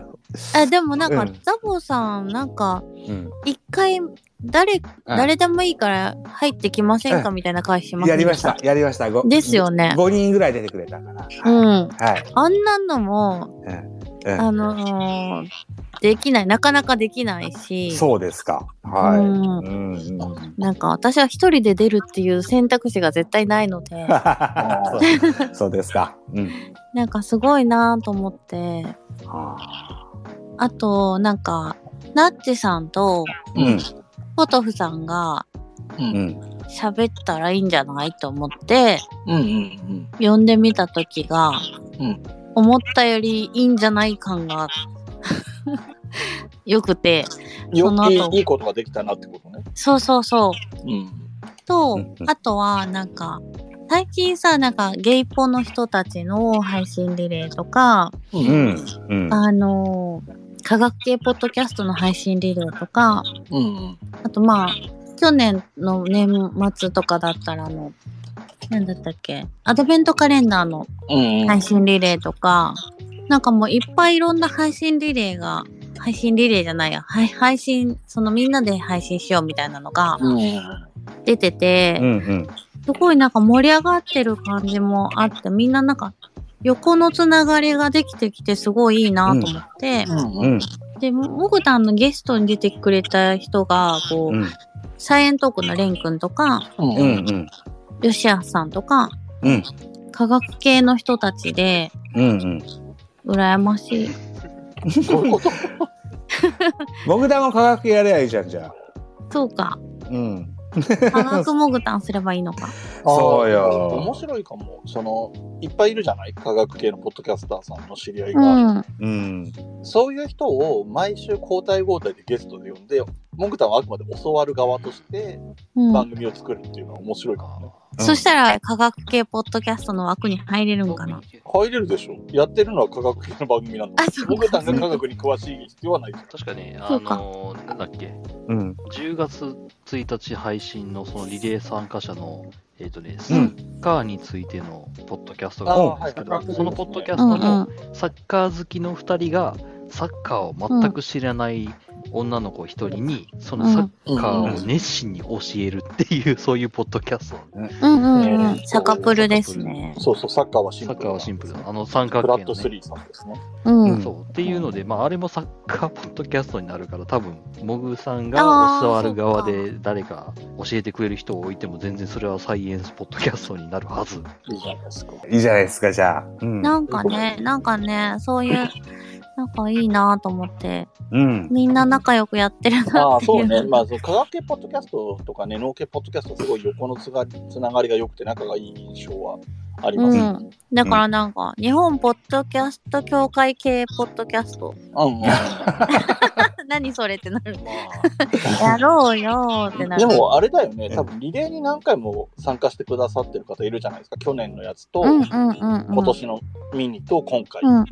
Speaker 1: あでもなんか、
Speaker 6: うん
Speaker 1: ザボさん、なんか、
Speaker 6: うん。
Speaker 1: 一回、誰、誰でもいいから入ってきませんかみたいな回しませ
Speaker 6: や
Speaker 1: んで
Speaker 6: りました。。やりました。ご
Speaker 1: ですよね
Speaker 6: 5人ぐらい出てくれたから。
Speaker 1: うん。
Speaker 6: はい。
Speaker 1: あんなのも、
Speaker 6: うんうん
Speaker 1: あのーできない、なかなかできないし、
Speaker 6: そうですか。はい。
Speaker 1: うん
Speaker 6: うん。うん
Speaker 1: なんか私は一人で出るっていう選択肢が絶対ない ので、
Speaker 6: そうそうですか。うん。
Speaker 1: なんかすごいなと思って、あと、なんか、ナッチさんと
Speaker 6: うん。
Speaker 1: ポトフさんが、
Speaker 6: うん。
Speaker 1: 喋ったらいいんじゃないと思って、
Speaker 8: うんうん
Speaker 1: 読んでみた時が、
Speaker 8: うん
Speaker 1: 思ったよりいいんじゃない感が よくて、
Speaker 8: うん。
Speaker 1: その後
Speaker 8: よくいいことができたなってことね。
Speaker 1: そうそうそう。
Speaker 8: うん。
Speaker 1: と
Speaker 6: うんう、ん
Speaker 1: あとはなんか、最近さ、なんかゲイポの人たちの配信リレーとか、
Speaker 8: う
Speaker 6: う。ん。うん。
Speaker 1: あのー科学系ポッドキャストの配信リレーとか、
Speaker 8: うん。
Speaker 1: あとまあ、去年の年末とかだったらあの、なんだったっけ、アドベントカレンダーの
Speaker 8: うん。
Speaker 1: 配信リレーとか、なんかもういっぱいいろんな配信リレーが、配信リレーじゃないや、はい配信、そのみんなで配信しようみたいなのが
Speaker 8: うん。
Speaker 1: 出てて
Speaker 6: う、んうん。
Speaker 1: すごいなんか盛り上がってる感じもあって、みんななんか横のつながりができてきてすごいいいなと思って、
Speaker 8: うん。
Speaker 6: う
Speaker 8: うん。
Speaker 6: ん。
Speaker 1: で、モグタンのゲストに出てくれた人が、こう、
Speaker 6: うん。
Speaker 1: サイエントークのレン君とか、
Speaker 6: うん。うん。
Speaker 1: ヨシアさんとか、
Speaker 6: うん。
Speaker 1: 科学系の人たちで、
Speaker 6: うん。うん。
Speaker 1: 羨ましい。
Speaker 6: 僕だも科学やればいいじゃん、じゃ
Speaker 1: そうか。
Speaker 6: あ。うん。
Speaker 1: 科学モグタンすればいいのか。
Speaker 6: そうよ
Speaker 8: あー面白いかも。その、いっぱいいるじゃない科学系のポッドキャスターさんの知り合いうが。
Speaker 1: ん。
Speaker 6: うん。
Speaker 8: そういう人を毎週交代交代でゲストで呼んで、モグタンはあくまで教わる側として
Speaker 1: う
Speaker 8: 番
Speaker 1: ん。
Speaker 8: 組を作るっていうのは面白いかもね。
Speaker 1: そしたら、科学系ポッドキャストの枠に入れるんかな。
Speaker 8: 入れるでしょやってるのは科学系の番組なんだ
Speaker 1: あそう。か
Speaker 8: モグタンが科学に詳しい必要はないじゃん。
Speaker 7: 確かね、あ
Speaker 1: そうか
Speaker 7: のーなんだっけ、
Speaker 6: うん。
Speaker 7: 10月1日配信のそのリレー参加者の、えっ、とね、サ
Speaker 6: う
Speaker 7: ッカーについてのポッドキャストがあるんですけど、
Speaker 8: あーはい
Speaker 7: そのポッドキャス
Speaker 1: う
Speaker 7: ト
Speaker 1: んう
Speaker 7: の
Speaker 1: ん。
Speaker 7: サッカー好きの2人が、サッカーを全く知らない女の子1人に、そのサッカーを熱心に教えるっていう、そういうポッドキャスト。
Speaker 1: うんうんうん。サカプルですね。
Speaker 8: そうそう、サッカーはシン
Speaker 7: サッ
Speaker 8: プル。
Speaker 7: カーはシンプルな、あの三角
Speaker 8: フラ
Speaker 7: 形
Speaker 8: ット
Speaker 7: の、ね。
Speaker 8: 3さんですね。
Speaker 1: う
Speaker 6: うん
Speaker 1: ん。
Speaker 7: そうっていうので、まあ、あれもサッカーポッドキャストになるから、多分モグさんが教わる側で誰か教えてくれる人を置いても、全然それはサイエンスポッドキャストになるはず。
Speaker 8: いいじゃないですか。
Speaker 6: いいじゃないですか、じゃあ。うん。
Speaker 1: なんかね、なんかね、そういう、なんかいいなと思って、
Speaker 6: うん。
Speaker 1: みんな仲良くやってるな
Speaker 8: あ
Speaker 1: っ
Speaker 8: あ、
Speaker 1: て
Speaker 8: そ
Speaker 1: いうう。
Speaker 8: ね。まあ、そう科学系ポッドキャストとかね、農系ポッドキャスト、すごい横のつがつながりが良くて仲がいい印象はあります
Speaker 1: う
Speaker 8: ね。
Speaker 1: ん。だからなんか、日本ポッドキャスト協会系ポッドキャスト。
Speaker 8: うんうん
Speaker 1: 何それってなる。
Speaker 7: まあ、
Speaker 1: やろうよーってな
Speaker 8: で
Speaker 1: る。
Speaker 8: もあれだよね、多分リレーに何回も参加してくださってる方いるじゃないですか、去年のやつと、
Speaker 1: うんうんうんうん。
Speaker 8: 今年のミニと今回、
Speaker 1: うんうん。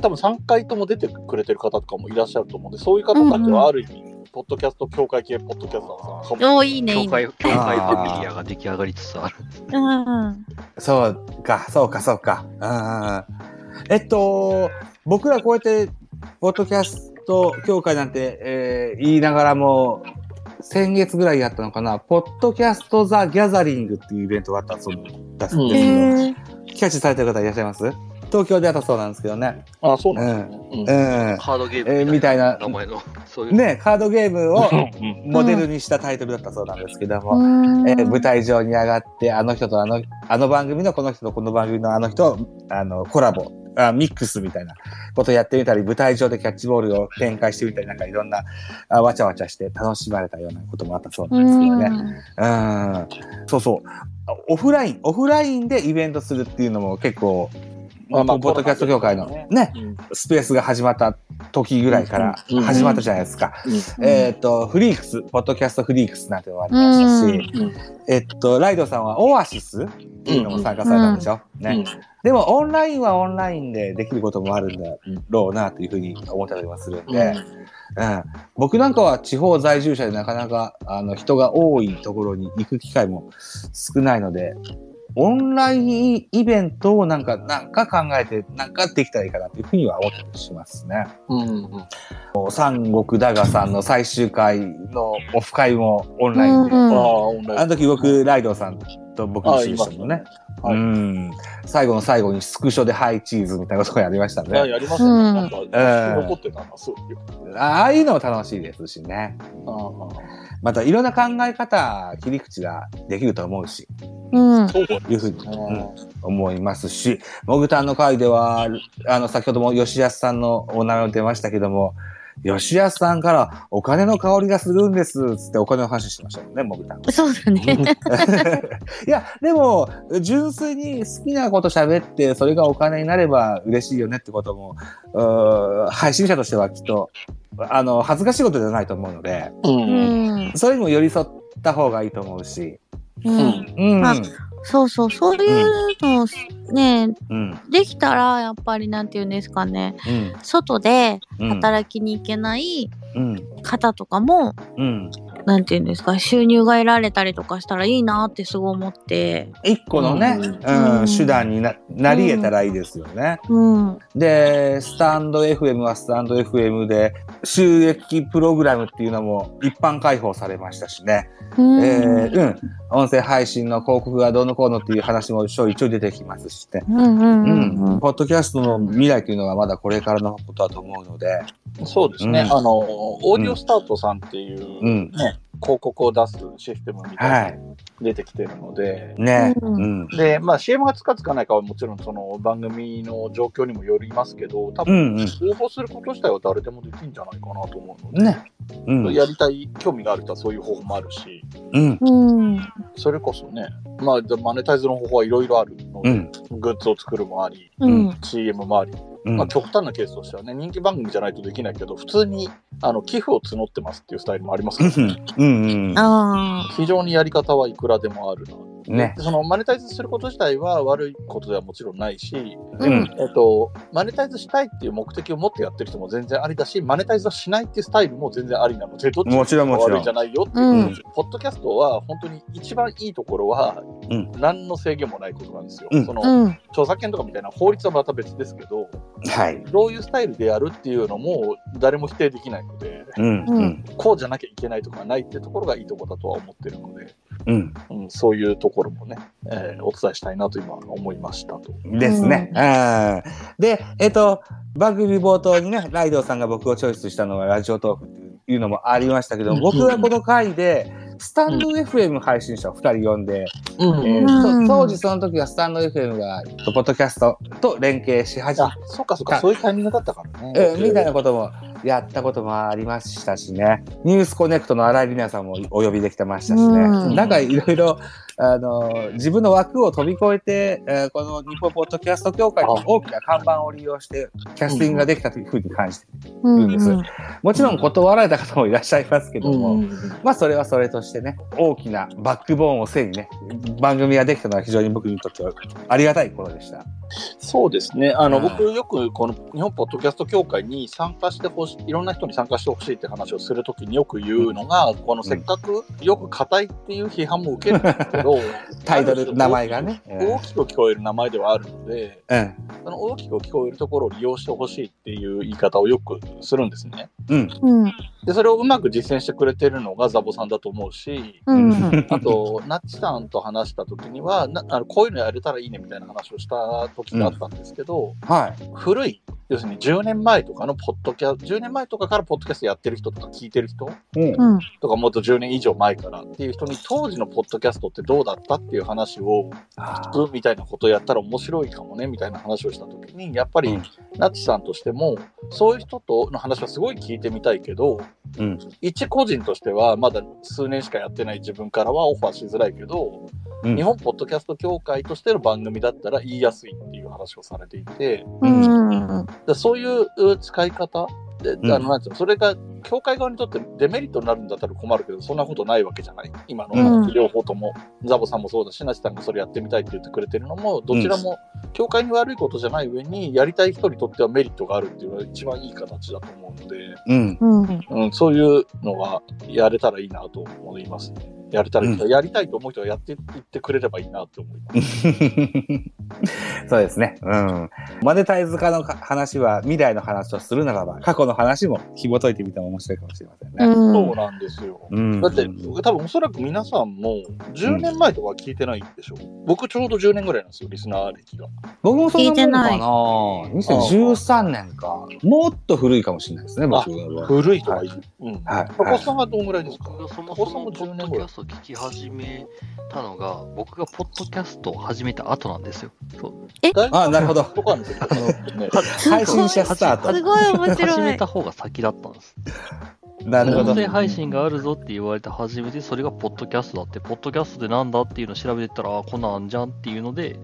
Speaker 8: 多分3回とも出てくれてる方とかもいらっしゃると思うんで、そういう方たちはある意味、ポッドキャスト協会系ポッドキャスターさんかも。
Speaker 1: おーいいね、い
Speaker 7: 教
Speaker 1: いね。
Speaker 7: 会、教会ファミリアが出来上がりつつある。
Speaker 1: うんうん。
Speaker 6: そうか、そうか、そうか。あーえっと、僕らこうやって、ポッドキャスト協会なんて、えー言いながらも、先月ぐらいやったのかな、ポッドキャストザ・ギャザリングっていうイベントがあったそうです
Speaker 8: うん
Speaker 1: へ
Speaker 6: け
Speaker 1: え。
Speaker 6: ど、キャッチされてる方いらっしゃいます東京であったそうなんですけどね。
Speaker 8: あ、そうなんですね。うん
Speaker 6: うん。
Speaker 7: ハードゲ
Speaker 6: えーみたいな、
Speaker 7: 名前の、そういう。
Speaker 6: ね、カードゲームを
Speaker 8: うん
Speaker 6: モデルにしたタイトルだったそうなんですけども、
Speaker 1: うん
Speaker 6: えー舞台上に上がってあの人とあのあの番組のこの人とこの番組のあの人あのコラボあミックスみたいなことやってみたり舞台上でキャッチボールを展開してみたりなんかいろんなあわちゃわちゃして楽しまれたようなこともあったそうなんですけどね。うんそうそうあオフラインオフラインでイベントするっていうのも結構、まあ、ポッドキャスト協会のね
Speaker 8: うん
Speaker 6: スペースが始まった時ぐらいから
Speaker 8: うんうん
Speaker 6: 始まったじゃないですか。
Speaker 1: うん
Speaker 6: えっ、と、フリークス、ポッドキャストフリークスなんてのもありましたし、
Speaker 8: うん
Speaker 6: えっと、ライドさんはオアシスっていうのも参加されたんでしょ、ね、でもオンラインはオンラインでできることもあるんだろうなというふうに思ったりもするん
Speaker 8: うん
Speaker 6: で、うん僕なんかは地方在住者でなかなかあの人が多いところに行く機会も少ないので、オンラインイベントをなんか、なんか考えて、なんかできたらいいかなというふうには思ったりしますね。
Speaker 8: うんうん
Speaker 6: 三国だがさんの最終回のオフ会もオンラインで。
Speaker 1: うん
Speaker 8: ああ、オンライン。
Speaker 6: あの時僕、ライドウさんと僕一緒でしたもんね。
Speaker 8: あいますねはい
Speaker 6: うん。最後の最後にスクショでハイチーズみたいなことをやりました
Speaker 8: はい
Speaker 6: ね。
Speaker 8: やりましたね。なんか、
Speaker 6: うん
Speaker 8: 残ってたな、そういう。
Speaker 6: ああいうのも楽しいですしね。
Speaker 8: ああ
Speaker 6: またいろんな考え方、切り口ができると思うし、
Speaker 1: うん。
Speaker 8: そうで
Speaker 6: いうふうに、
Speaker 8: す
Speaker 6: う
Speaker 8: ね
Speaker 6: ん。思いますし、モグタンの会では、あの、先ほども吉安さんのお名前も出ましたけども、吉安さんからお金の香りがするんです、つってお金の話してましたもんね、もぐたん。
Speaker 1: そうだね。
Speaker 6: いや、でも、純粋に好きなこと喋って、それがお金になれば嬉しいよねってことも、うー配信者としてはきっと、あの、恥ずかしいことじゃないと思うので、
Speaker 1: う
Speaker 9: うん。
Speaker 1: ん。
Speaker 6: それにも寄り添った方がいいと思うし、
Speaker 1: うん。
Speaker 6: うん。
Speaker 1: まあそうそう、そういうのをね、
Speaker 6: うん。
Speaker 1: できたら、やっぱりなんて言うんですかね、
Speaker 6: うん。
Speaker 1: 外で
Speaker 6: うん。
Speaker 1: 働きに行けない
Speaker 6: うん。
Speaker 1: 方とかも、
Speaker 6: うん。
Speaker 1: なんて言うんですか、収入が得られたりとかしたらいいなってすごい思って、
Speaker 6: 一個のね、
Speaker 1: ん
Speaker 6: うん、手段にななり得たらいいですよね。
Speaker 1: うん。
Speaker 6: で、スタンド FM はスタンド FM で、収益プログラムっていうのも一般開放されましたしね。
Speaker 1: うん
Speaker 6: えーうん。音声配信の広告がどうのこうのっていう話もちょいちょい出てきますしね。
Speaker 1: うんう
Speaker 6: うん
Speaker 1: うんうん
Speaker 6: ん。。ポッドキャストの未来というのはまだこれからのことだと思うので。
Speaker 8: そうですね、
Speaker 6: うん
Speaker 8: あの、オーディオスタートさんっていう、
Speaker 6: うん。
Speaker 8: 広告を出すシステムみたいな
Speaker 6: は
Speaker 8: のが出てきてるので、
Speaker 6: い。ね。
Speaker 1: うん
Speaker 6: うん。
Speaker 8: で、まあ CM がつかつかないかはもちろんその番組の状況にもよりますけど、多
Speaker 6: う
Speaker 8: 分
Speaker 6: んうん。
Speaker 8: 応募すること自体は誰でもできるんじゃないかなと思うので、
Speaker 6: ね。うん。
Speaker 8: やりたい、興味がある人はそういう方法もあるし、
Speaker 6: うん。
Speaker 1: うん。
Speaker 8: それこそね、まあじゃあマネタイズの方法はいろいろあるの
Speaker 6: う
Speaker 8: で、
Speaker 6: ん。
Speaker 8: グッズを作るもあり、
Speaker 1: うん。
Speaker 8: CM もあり、
Speaker 6: うん
Speaker 8: まあ、。極端なケースとしてはね、人気番組じゃないとできないけど、普通にあの寄付を募ってますっていうスタイルもあります
Speaker 6: う
Speaker 8: から、
Speaker 6: ん。うん。
Speaker 1: あ
Speaker 8: 非常にやり方はいくらでもあるな。
Speaker 6: ね
Speaker 8: で。そのマネタイズすること自体は悪いことではもちろんないし、
Speaker 1: あ。うん。
Speaker 8: えっと、マネタイズしたいっていう目的を持ってやってる人も全然ありだし、マネタイズをしないっていうスタイルも全然ありなので、どっち
Speaker 6: もちろんもちろ
Speaker 8: 悪い
Speaker 6: ん
Speaker 8: じゃ。ないよっていうう、
Speaker 1: ん。
Speaker 8: ポッドキャストは本当に一番いいところは、
Speaker 6: うん
Speaker 8: 何の制限もないことなんですよ。
Speaker 6: うん
Speaker 8: そうの
Speaker 1: ん。
Speaker 8: 著作権とかみたいな法律はまた別ですけど、
Speaker 6: はい。
Speaker 8: どういうスタイルでやるっていうのも誰も否定できないので、
Speaker 6: うん。うん。
Speaker 8: こうじゃなきゃいけないとかないってところがいいとこだとは思ってるので、
Speaker 6: うん。
Speaker 8: うん、そういうところもね、えーお伝えしたいなと今思いましたと。
Speaker 6: ですね。うん。で、えっと、番組冒頭にね、ライドウさんが僕をチョイスしたのがラジオトークっていうのもありましたけど、僕はこの回で、スタンド FM 配信者を2人呼んで、
Speaker 8: うん
Speaker 6: え
Speaker 8: えー
Speaker 6: ー
Speaker 1: うん
Speaker 6: と当時その時はスタンド FM が、ポッドキャストと連携し始め
Speaker 8: あ、そっかそっか、そういうタイミングだったからね。
Speaker 6: うん、みたいなこともやったこともありましたしね。ニュースコネクトの新井里奈さんもお呼びできてましたしね。
Speaker 1: うん
Speaker 6: なんかいろいろ、あの、自分の枠を飛び越えて、えーこの日本ポッドキャスト協会の大きな看板を利用して、キャスティングができたというふうに感じて。
Speaker 1: うん。
Speaker 6: もちろん断られた方もいらっしゃいますけども、
Speaker 1: うん
Speaker 6: まあそれはそれとしてね、大きなバックボーンを背にね、番組ができたのは非常に僕にとってはありがたい頃でした。
Speaker 8: そうですね。あの、
Speaker 6: うん
Speaker 8: 僕よくこの日本ポッドキャスト協会に参加してほしい、いろんな人に参加してほしいって話をするときによく言うのが、このせっかくよく硬いっていう批判も受けるんですけ ど、
Speaker 6: タイトル、名前がね。
Speaker 8: 大きく聞こえる名前ではあるので、
Speaker 6: うん。
Speaker 8: その大きく聞こえるところを利用してほしいっていう言い方をよくするんですね。
Speaker 6: うん。
Speaker 1: うん。
Speaker 8: で、それをうまく実践してくれてるのがザボさんだと思うし、
Speaker 1: うん。
Speaker 8: あ と、ナッチさんと話した時にはなあの、こういうのやれたらいいねみたいな話をした時があったんですけど、
Speaker 6: はい。
Speaker 8: 古い、要するに10年前とかのポッドキャスト、10年前とかからポッドキャストやってる人とか聞いてる人
Speaker 6: うん
Speaker 1: うん。
Speaker 8: とか、もっと10年以上前からっていう人に、当時のポッドキャストってどうだったっていう話を
Speaker 6: あー
Speaker 8: うんみたいなことをやったら面白いかもねみたいな話をした時にやっぱり、
Speaker 6: うん
Speaker 8: ナッチさんとしてもそういう人との話はすごい聞いてみたいけど、
Speaker 6: うん
Speaker 8: 一個人としてはまだ数年しかやってない自分からはオファーしづらいけど、
Speaker 6: うん
Speaker 8: 日本ポッドキャスト協会としての番組だったら言いやすいっていう話をされていて
Speaker 1: うん。
Speaker 8: でそういうう使い方であ
Speaker 6: ん
Speaker 8: のなんていうのそれが協会側にとってデメリットになるんだったら困るけどそんなことないわけじゃない今
Speaker 1: う
Speaker 8: の
Speaker 1: ん
Speaker 8: 両方とも、ザボさんもそうだしなちさんがそれやってみたいって言ってくれてるのもどちらも協会に悪いことじゃない上にやりたい人にとってはメリットがあるっていうのが一番いい形だと思うので、
Speaker 6: うん。
Speaker 1: うん。
Speaker 8: うん、そういうのがやれたらいいなと思いますね。やれたらいい、
Speaker 6: う
Speaker 8: やりたいと思う人はやっていってくれればいいなと思います。
Speaker 6: そうですね。うん。マネタイズ化のか話は未来の話とするならば、過去の話も紐解いてみても面白いかもしれませんね。
Speaker 1: う。
Speaker 8: そうんなんですよ。
Speaker 6: うん
Speaker 8: だって、多分おそらく皆さんも10年前とかは聞いてないでしょ。僕ちょうど10年ぐらいなんですよ、リスナー歴が。
Speaker 6: 僕もそんなもんかな。
Speaker 8: 聞いて
Speaker 6: 2013年か。もっと古いかもしれないですね、僕は。
Speaker 8: 古いとか
Speaker 6: はい
Speaker 8: い。うん。
Speaker 6: はい
Speaker 8: タコさんはどんぐらいですか
Speaker 7: 僕がそも
Speaker 8: タコ
Speaker 7: そ
Speaker 8: さ
Speaker 7: も
Speaker 8: んも
Speaker 7: ポ
Speaker 8: 10
Speaker 7: ッド
Speaker 8: 年
Speaker 7: キ
Speaker 8: ぐら
Speaker 7: ャ
Speaker 8: い。
Speaker 7: スト聞き始めたのが、僕がポッドキャストを始めた後なんですよ。そう
Speaker 6: あなるほど
Speaker 8: とかの時 ね
Speaker 6: 配信者ス ター
Speaker 1: す
Speaker 6: ト。
Speaker 1: ごい面
Speaker 7: 始
Speaker 1: 白
Speaker 7: め
Speaker 1: い。
Speaker 7: た方が先だったんです。
Speaker 6: なるほ
Speaker 7: 音
Speaker 6: ど。
Speaker 7: 声配信があるぞって言われて初めて、それがポッドキャストだって、ポッドキャストでなんだっていうのを調べてったら、あこんなんあんじゃんっていうので、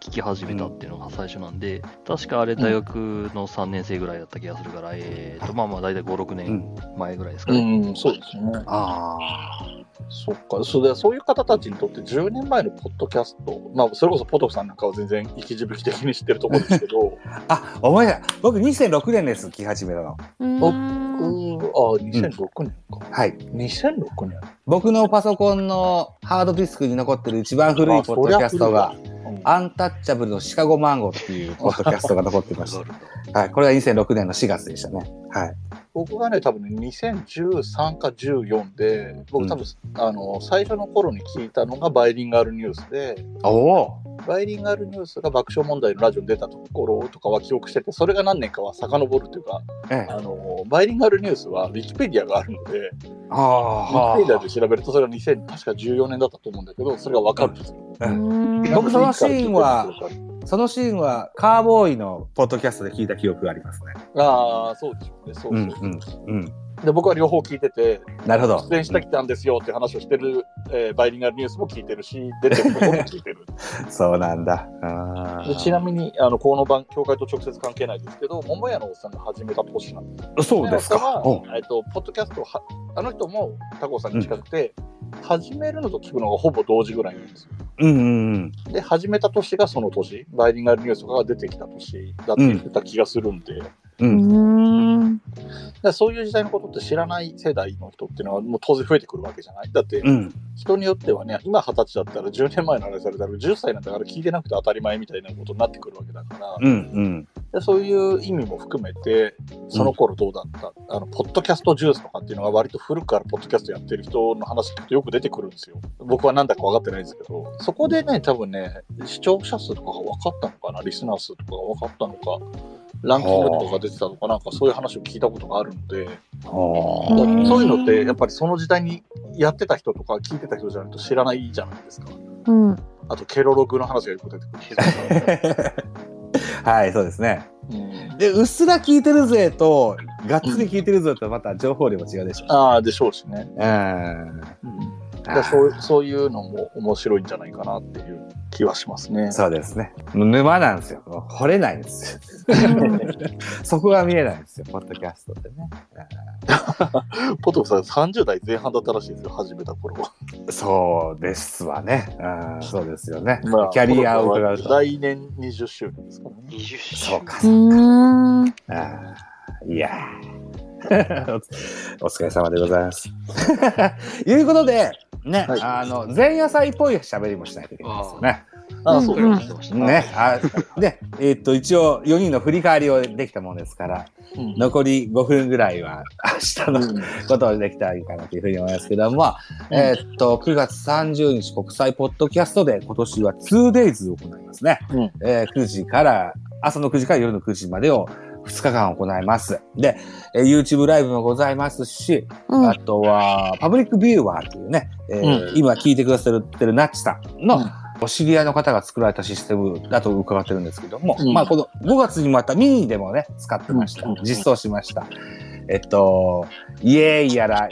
Speaker 7: 聞き始めたっていうのが最初なんで、確かあれ大学の3年生ぐらいだった気がするから、えーと、まあまあ大体5、6
Speaker 6: う
Speaker 7: 年
Speaker 6: ん
Speaker 7: 前ぐらいですか
Speaker 8: う
Speaker 7: ね。
Speaker 8: ん、そうですよね。
Speaker 6: あ
Speaker 8: そっかそれでそういう方たちにとって10年前のポッドキャスト、まあ、それこそポトフさんなんかは全然生き字引的に知ってると思うんです けど
Speaker 6: ーあ、思い出した。僕2006年です、聞き始めたの。
Speaker 1: うん
Speaker 8: おうーあ2006年か、
Speaker 6: はい。
Speaker 8: 2006年
Speaker 6: 僕のパソコンのハードディスクに残ってる一番古いポッドキャストが、
Speaker 8: あ
Speaker 6: アンタッチャブルのシカゴマンゴーっていうポッドキャストが残ってまし
Speaker 7: わかる
Speaker 6: た。はい。これが2006年の4月でしたね。はい。
Speaker 8: 僕がね多分ね2013か14で僕多分、あの最初の頃に聞いたのがバイリンガルニュースで
Speaker 6: おお
Speaker 8: バイリンガルニュースが爆笑問題のラジオに出たところとかは記憶しててそれが何年かは遡るというか
Speaker 6: ええ。
Speaker 8: あのバイリンガルニュースはウィキペディアがあるので。
Speaker 6: あ
Speaker 8: ウィ
Speaker 6: あ
Speaker 8: キペディアで調べるとそれが2000確か14年だったと思うんだけどそれが分かるんですよ。
Speaker 1: うん
Speaker 6: 僕そのシーンはそのシーンはカーボーイのポッドキャストで聞いた記憶がありますね。
Speaker 8: ああそうでしょうねそう
Speaker 6: うん
Speaker 8: そう、
Speaker 6: うんうん。
Speaker 8: で僕は両方聞いてて
Speaker 6: なるほど。
Speaker 8: 出演してきたんですよって話をしてる、えーバイリンガルニュースも聞いてるし出てるところも聞いてる
Speaker 6: そうなんだ。 あ
Speaker 8: で
Speaker 6: ー
Speaker 8: ちなみにあのこの番協会と直接関係ないですけど桃屋のおっさんが始めた年なんです
Speaker 6: そうです
Speaker 8: 桃屋
Speaker 6: か。
Speaker 8: のお
Speaker 6: お
Speaker 8: っさんは、えっとポッドキャストをはあの人もタコさんに近くて、始めるのと聞くのがほぼ同時ぐらいなんですよ
Speaker 6: うんうんうん。
Speaker 8: で始めた年がその年バイリンガルニュースとかが出てきた年だって言ってた気がするんで,、だか
Speaker 6: うん。
Speaker 1: うん
Speaker 8: らそういう時代のことって知らない世代の人っていうのはもう当然増えてくるわけじゃないだって
Speaker 6: うん。
Speaker 8: 人によってはね今二十歳だったら10年前の話されたら10歳なんだから聞いてなくて当たり前みたいなことになってくるわけだから、
Speaker 6: うんうん。
Speaker 8: でそういう意味も含めてその頃どうだった、あのポッドキャストジュースとかっていうのが割と古くからポッドキャストやってる人の話聞くとよく出てくるんですよ僕は何だか分かってないんですけどそこでね多分ね視聴者数とかが分かったのかなリスナー数とかが分かったのかランキングとかが出てたのかなんかそういう話を聞いたことがあるので
Speaker 6: お
Speaker 8: だから
Speaker 1: ん
Speaker 8: そういうのってやっぱりその時代にやってた人とか聞いてた人じゃないと知らないじゃないですか
Speaker 1: うん
Speaker 8: あとケロログの話がよく出てくるんですよ
Speaker 6: はい、そうですね。
Speaker 8: うん
Speaker 6: で、うっすら聞いてるぜと、がっつり聞いてるぜと、また情報量も違うでしょ。
Speaker 8: ああでしょうしね
Speaker 6: うん。あ
Speaker 8: だからそうそういうのも面白いんじゃないかなっていう気はしますね。
Speaker 6: そうですね。沼なんですよ。もう掘れないんですよ。 そこが見えないんですよ、ポッドキャストってね。
Speaker 8: ポトフさん30代前半だったらしいですよ始めた頃は。
Speaker 6: そうですわね。うん、そうですよね。
Speaker 8: まあ
Speaker 6: キャリアを伺う
Speaker 8: ポトフ
Speaker 6: と。
Speaker 8: さんは来年20周年ですからね。
Speaker 7: 20周
Speaker 6: そうか。
Speaker 1: うんうん
Speaker 6: あーいや ーお疲れ様でございます。 いうことで、ね、
Speaker 8: はい
Speaker 6: あの、前夜祭っぽい喋りもしないといけないですよね。
Speaker 8: ああ
Speaker 1: ん
Speaker 8: そう
Speaker 7: それ
Speaker 8: だ
Speaker 7: を
Speaker 1: ん
Speaker 7: 聞いてました。
Speaker 6: ね、あで、えーっと、一応4人の振り返りをできたものですから、
Speaker 8: うん
Speaker 6: 残り5分ぐらいは明日の
Speaker 8: うん
Speaker 6: ことをできたらいいかなというふうに思いますけども、えーっと、9月30日国際ポッドキャストで今年は 2days を行いますね。
Speaker 8: うん
Speaker 6: えー9時から、朝の9時から夜の9時までを2日間行います。で、えー YouTube ライブもございますし、あとは、パブリックビューワーというね、えー今聞いてくださってるナッチさんの、
Speaker 8: うん
Speaker 6: お知り合いの方が作られたシステムだと伺ってるんですけども、
Speaker 8: うん
Speaker 6: まあこの5月にまたミニでもね、使ってました
Speaker 8: うんうん。
Speaker 6: 実装しました。えっと、イエーイやら、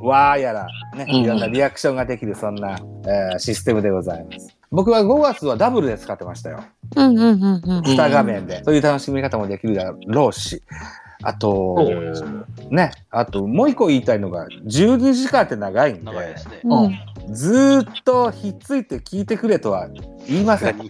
Speaker 6: わーやら、ね、
Speaker 8: うん
Speaker 6: いろんなリアクションができる、そんな、えーシステムでございます。僕は5月はダブルで使ってましたよ。
Speaker 1: うんうんうん
Speaker 8: うん
Speaker 6: 2画面で。そういう楽しみ方もできるだろうし。あと
Speaker 8: そうですね、
Speaker 6: ね、あともう一個言いたいのが、12時間って長いんで、
Speaker 7: 長いですね。
Speaker 1: うん
Speaker 6: ずーっとひっついて聞いてくれとは言いません。ね、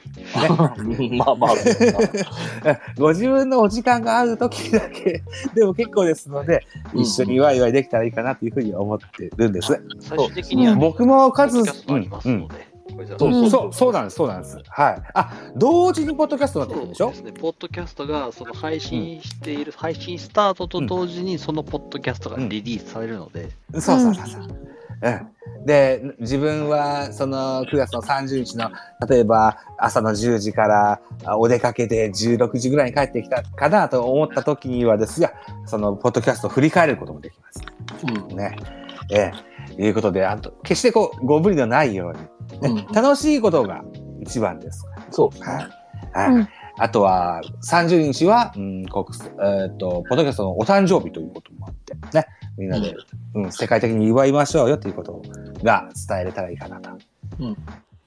Speaker 8: まあまあ、
Speaker 6: ご自分のお時間がある時だけ でも結構ですので、
Speaker 8: うん
Speaker 6: 一緒にワイワイできたらいいかなというふうに思ってるんです。
Speaker 7: 最終的には、
Speaker 1: うん
Speaker 6: 僕も
Speaker 7: ポッ
Speaker 6: 数
Speaker 7: ドキャストありますので、ですか、じゃあ。
Speaker 8: そう
Speaker 6: うんそう、そうなんです、そうなんです。はい。あ、同時にポッドキャストになってるんでし
Speaker 7: そう
Speaker 6: ょ
Speaker 7: ですね、ポッドキャストがその配信している、配信スタートと同時にそのポッドキャストがリリースされるので、
Speaker 6: そうそうそうそう。うん。で、自分は、その、9月の30日の、例えば、朝の10時から、あお出かけで16時ぐらいに帰ってきたかなと思った時にはですが、その、ポッドキャストを振り返ることもできます。ね。ええ。いうことで、あと、決してこう、ご無理のないように、ね
Speaker 8: うん
Speaker 6: 楽しいことが一番です。
Speaker 8: そうですね。
Speaker 6: はい。はい
Speaker 1: うん
Speaker 6: あとは、30日は、うん、国すえっと、ポッドキャストのお誕生日ということもあって、ね。みんなで、うん、世界的に祝いましょうよということが伝えれたらいいかなと。
Speaker 8: うん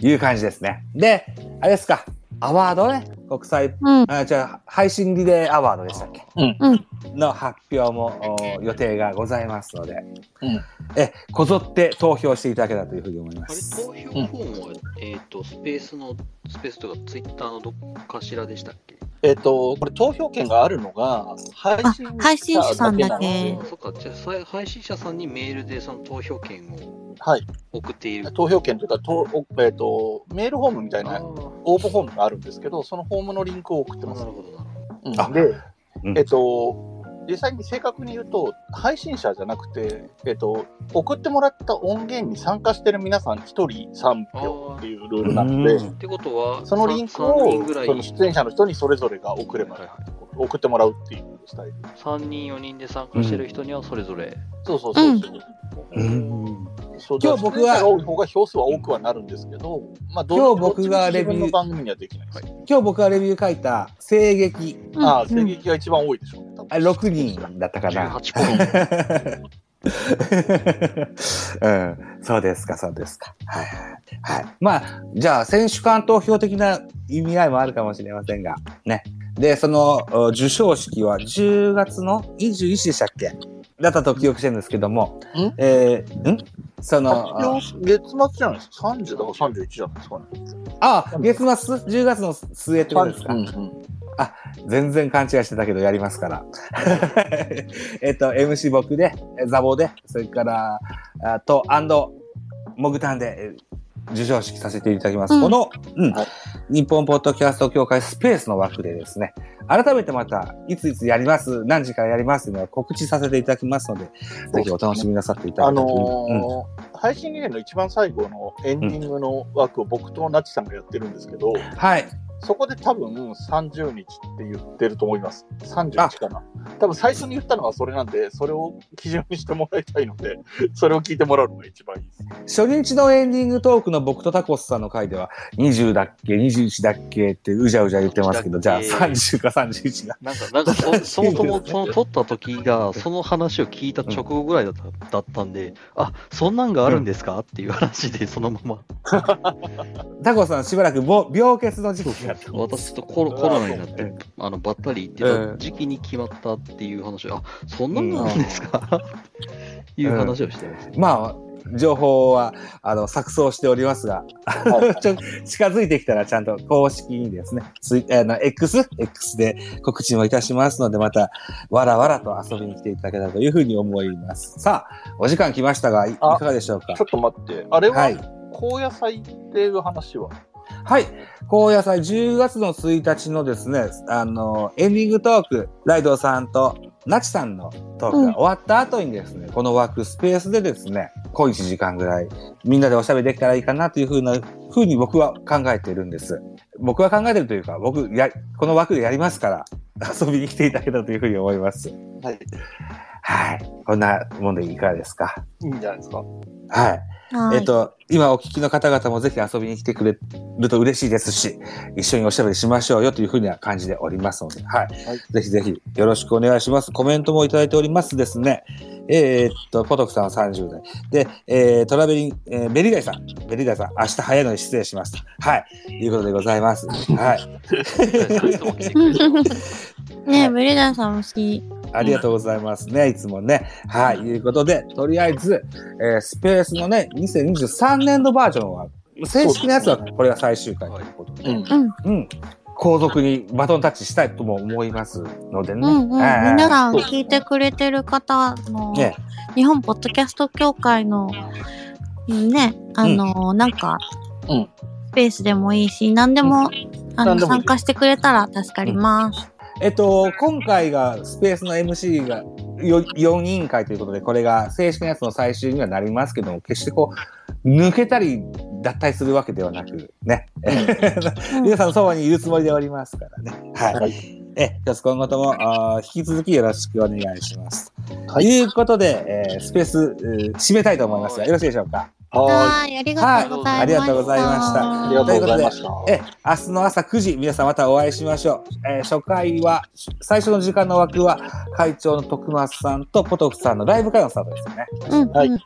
Speaker 6: いう感じですね。で、あれですか、アワードね。国際、
Speaker 1: うん。
Speaker 6: あ、じゃあ、配信リレーアワードでしたっけ
Speaker 8: うん
Speaker 1: うん
Speaker 6: の発表もお予定がございますので、
Speaker 8: うん
Speaker 6: え、こぞって投票していただけたらというふうに思いま
Speaker 7: あれ
Speaker 6: す。
Speaker 7: 投票フォームは、えっとスペースのスペースとかツイッターのどっかしらでしたっけ
Speaker 8: えっ、と、これ投票権があるのが、配信
Speaker 1: あ配信者さんだけ
Speaker 8: なので
Speaker 7: そっかじゃあさ配信者さんにメールでその投票券を
Speaker 8: はい。
Speaker 7: 送っている
Speaker 8: 投票権というか、とおえっ、と、メールフォームみたい
Speaker 7: あ
Speaker 8: な
Speaker 7: ー
Speaker 8: 応募フォームがあるんですけど、そのフォームのリンクを送って
Speaker 7: なる
Speaker 8: ます。
Speaker 7: ほどな
Speaker 8: うん
Speaker 6: あ
Speaker 8: で、
Speaker 6: うん
Speaker 8: えっ、と、実際に正確に言うと、配信者じゃなくて、えっ、と、送ってもらった音源に参加してる皆さん1人3票っていうルールなの
Speaker 6: う
Speaker 8: で、
Speaker 6: ん
Speaker 7: ってことは
Speaker 8: そのリンク
Speaker 7: さん三
Speaker 8: を
Speaker 7: 人ぐらい
Speaker 8: その出演者の人にそれぞれが送れば
Speaker 7: はいはい
Speaker 8: 送ってもらうっていうスタイル。
Speaker 7: 3人4人で参加してる人にはそれぞれ、
Speaker 8: そうそうそうそう。
Speaker 6: うん
Speaker 8: そう
Speaker 6: 今日僕は
Speaker 8: 出演者が多い方が票数は多くはなるんですけど、まあ、ど
Speaker 6: 今日僕がレビュー
Speaker 8: 自分の番組にはできないです。
Speaker 6: 今日僕がレビュー書いた、声劇、
Speaker 8: ああ、声撃が一番多いでしょうね。多
Speaker 6: あ
Speaker 8: 分
Speaker 6: 6人だったかな。
Speaker 7: 18個の
Speaker 6: うん、そうですか、そうですか。はいはい。はい。まあ、じゃあ、選手間投票的な意味合いもあるかもしれませんが、ね。で、その、お授賞式は10月の21でしたっけだったと記憶してるんですけども、
Speaker 8: ん
Speaker 6: えーんそ
Speaker 8: 発
Speaker 6: の、あ
Speaker 8: 表月末じゃないですか。30だから31じゃないですかね。
Speaker 6: あ、月末、10月の末ってことですか、
Speaker 8: うんうん
Speaker 6: 全然勘違いしてたけどやりますから。 えっと、MC 僕で、えザボで、それから、あと、アンド、モグタンで、え授賞式させていただきます。
Speaker 1: うん
Speaker 6: この、うん
Speaker 8: はい
Speaker 6: 日本ポッドキャスト協会スペースの枠でですね、改めてまた、いついつやります、何時からやりますというのは告知させていただきますので、ぜひお楽しみなさっていただ
Speaker 8: あ
Speaker 6: きた
Speaker 8: の
Speaker 6: いと
Speaker 8: ー配信リレーの一番最後のエンディングの枠を僕とナチさんがやってるんですけど、
Speaker 6: うんはい。
Speaker 8: そこで多分30日って言ってると思います。30日かな。多分最初に言ったのはそれなんで、それを基準にしてもらいたいので、 それを聞いてもらうのが一番いいです。
Speaker 6: 初日のエンディングトークの僕とタコスさんの回では、20だっけ、21だっけってうじゃうじゃ言ってますけど、じゃあ30か31が。
Speaker 7: なんかなんかそそもそもその撮った時がその話を聞いた直後ぐらいだっただったんであそんなんがあるんですかっていう話でそのまま
Speaker 6: タコさんしばらくぼ病欠の時期があった
Speaker 7: 私とコロコロナになって、あのばったり行って
Speaker 6: うん
Speaker 7: た時期に決まったっていう話を、あそんなのなんですか、 いう話をしてました。
Speaker 6: まあ情報はあの錯綜しておりますが ちょ近づいてきたらちゃんと公式にですねツイあの X, X で告知もいたしますのでまたわらわらと遊びに来ていただけたらというふうに思いますさあお時間来ましたがいい
Speaker 8: あ
Speaker 6: かがでしょうか
Speaker 8: ちょっと待って、あれは、
Speaker 6: はい
Speaker 8: 高野菜っていう話は
Speaker 6: はい高野菜10月の1日のですねあのエンディングトークライドウさんとナチさんのトークが終わった後にですね、このワークスペースでですね、小一時間ぐらい、みんなでおしゃべりできたらいいかなというふうな、ふうに僕は考えてるんです。僕は考えてるというか、僕、や、この枠でやりますから、 遊びに来ていただけたらというふうに思います。
Speaker 8: はい。
Speaker 6: はい。こんなもんでいかがですか
Speaker 8: いいんじゃないですか。
Speaker 6: はい。
Speaker 1: はい
Speaker 6: えっ、と、今お聞きの方々もぜひ遊びに来てくれると嬉しいですし、一緒におしゃべりしましょうよというふうには感じておりますので、はい。ぜひぜひよろしくお願いします。コメントもいただいておりますですね。えーっと、ポトクさんは30代。で、えートラベリン、えーベリダイさん。ベリダイさん、明日早いのに失礼しました。はい。いうことでございます。はい。
Speaker 7: いつも来てくれてます
Speaker 1: ねえ、ブリダーさんも好き。
Speaker 6: ありがとうございますね。いつもね。はい。いうことで、とりあえず、えースペースのね、2023年度バージョンは、正式なやつは、これが最終回ということで。
Speaker 8: うん
Speaker 6: う
Speaker 1: うん。
Speaker 6: ん。後続にバトンタッチしたいとも思いますのでね。
Speaker 1: うんうん。
Speaker 6: ええ
Speaker 1: 皆さん聞いてくれてる方の、
Speaker 6: ね
Speaker 1: 日本ポッドキャスト協会の、ね、あの、なんか、
Speaker 2: うん
Speaker 1: スペースでもいいし、何でも、あ
Speaker 2: 何
Speaker 1: の、
Speaker 2: でもいい
Speaker 1: 参加してくれたら助かります。
Speaker 6: えっと、今回がスペースの MC がよ4人会ということで、これが正式なやつの最終にはなりますけども、決してこう、抜けたり脱退するわけではなく、ね。 皆さんのそばにいるつもりでおりますからね。はい。
Speaker 2: はい
Speaker 6: え、一つ今後ともあー引き続きよろしくお願いします。
Speaker 2: は
Speaker 6: と
Speaker 2: い。
Speaker 6: いうことで、えースペース、えー締めたいと思いますが、よろしいでしょうか。
Speaker 2: は
Speaker 1: はい、あり
Speaker 6: が
Speaker 1: が
Speaker 7: と
Speaker 1: と
Speaker 7: う
Speaker 1: う
Speaker 7: ご
Speaker 1: ご
Speaker 7: ざ
Speaker 1: ざ
Speaker 7: い
Speaker 1: い
Speaker 7: ました
Speaker 1: ました。
Speaker 6: ありがと
Speaker 2: い。ありがとう
Speaker 6: うございました
Speaker 2: ございました。
Speaker 6: え、明日の朝9時、皆さんまたお会いしましょう。えー初回は、最初の時間の枠は、会長の徳松さんとポトフさんのライブからのスタートですよね。
Speaker 1: うん、
Speaker 2: はい
Speaker 1: うん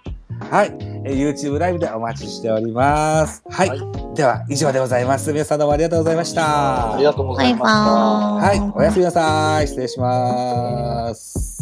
Speaker 6: はい。えー YouTube ライブでお待ちしております。はい。
Speaker 2: はい
Speaker 6: では、以上でございます。皆さんどうもありがとうございました。
Speaker 2: ありがとうござ
Speaker 1: バ
Speaker 2: い
Speaker 1: イ
Speaker 2: ま
Speaker 1: バ
Speaker 2: した。
Speaker 1: ーイ。
Speaker 6: はい。おやすみなさい。失礼します。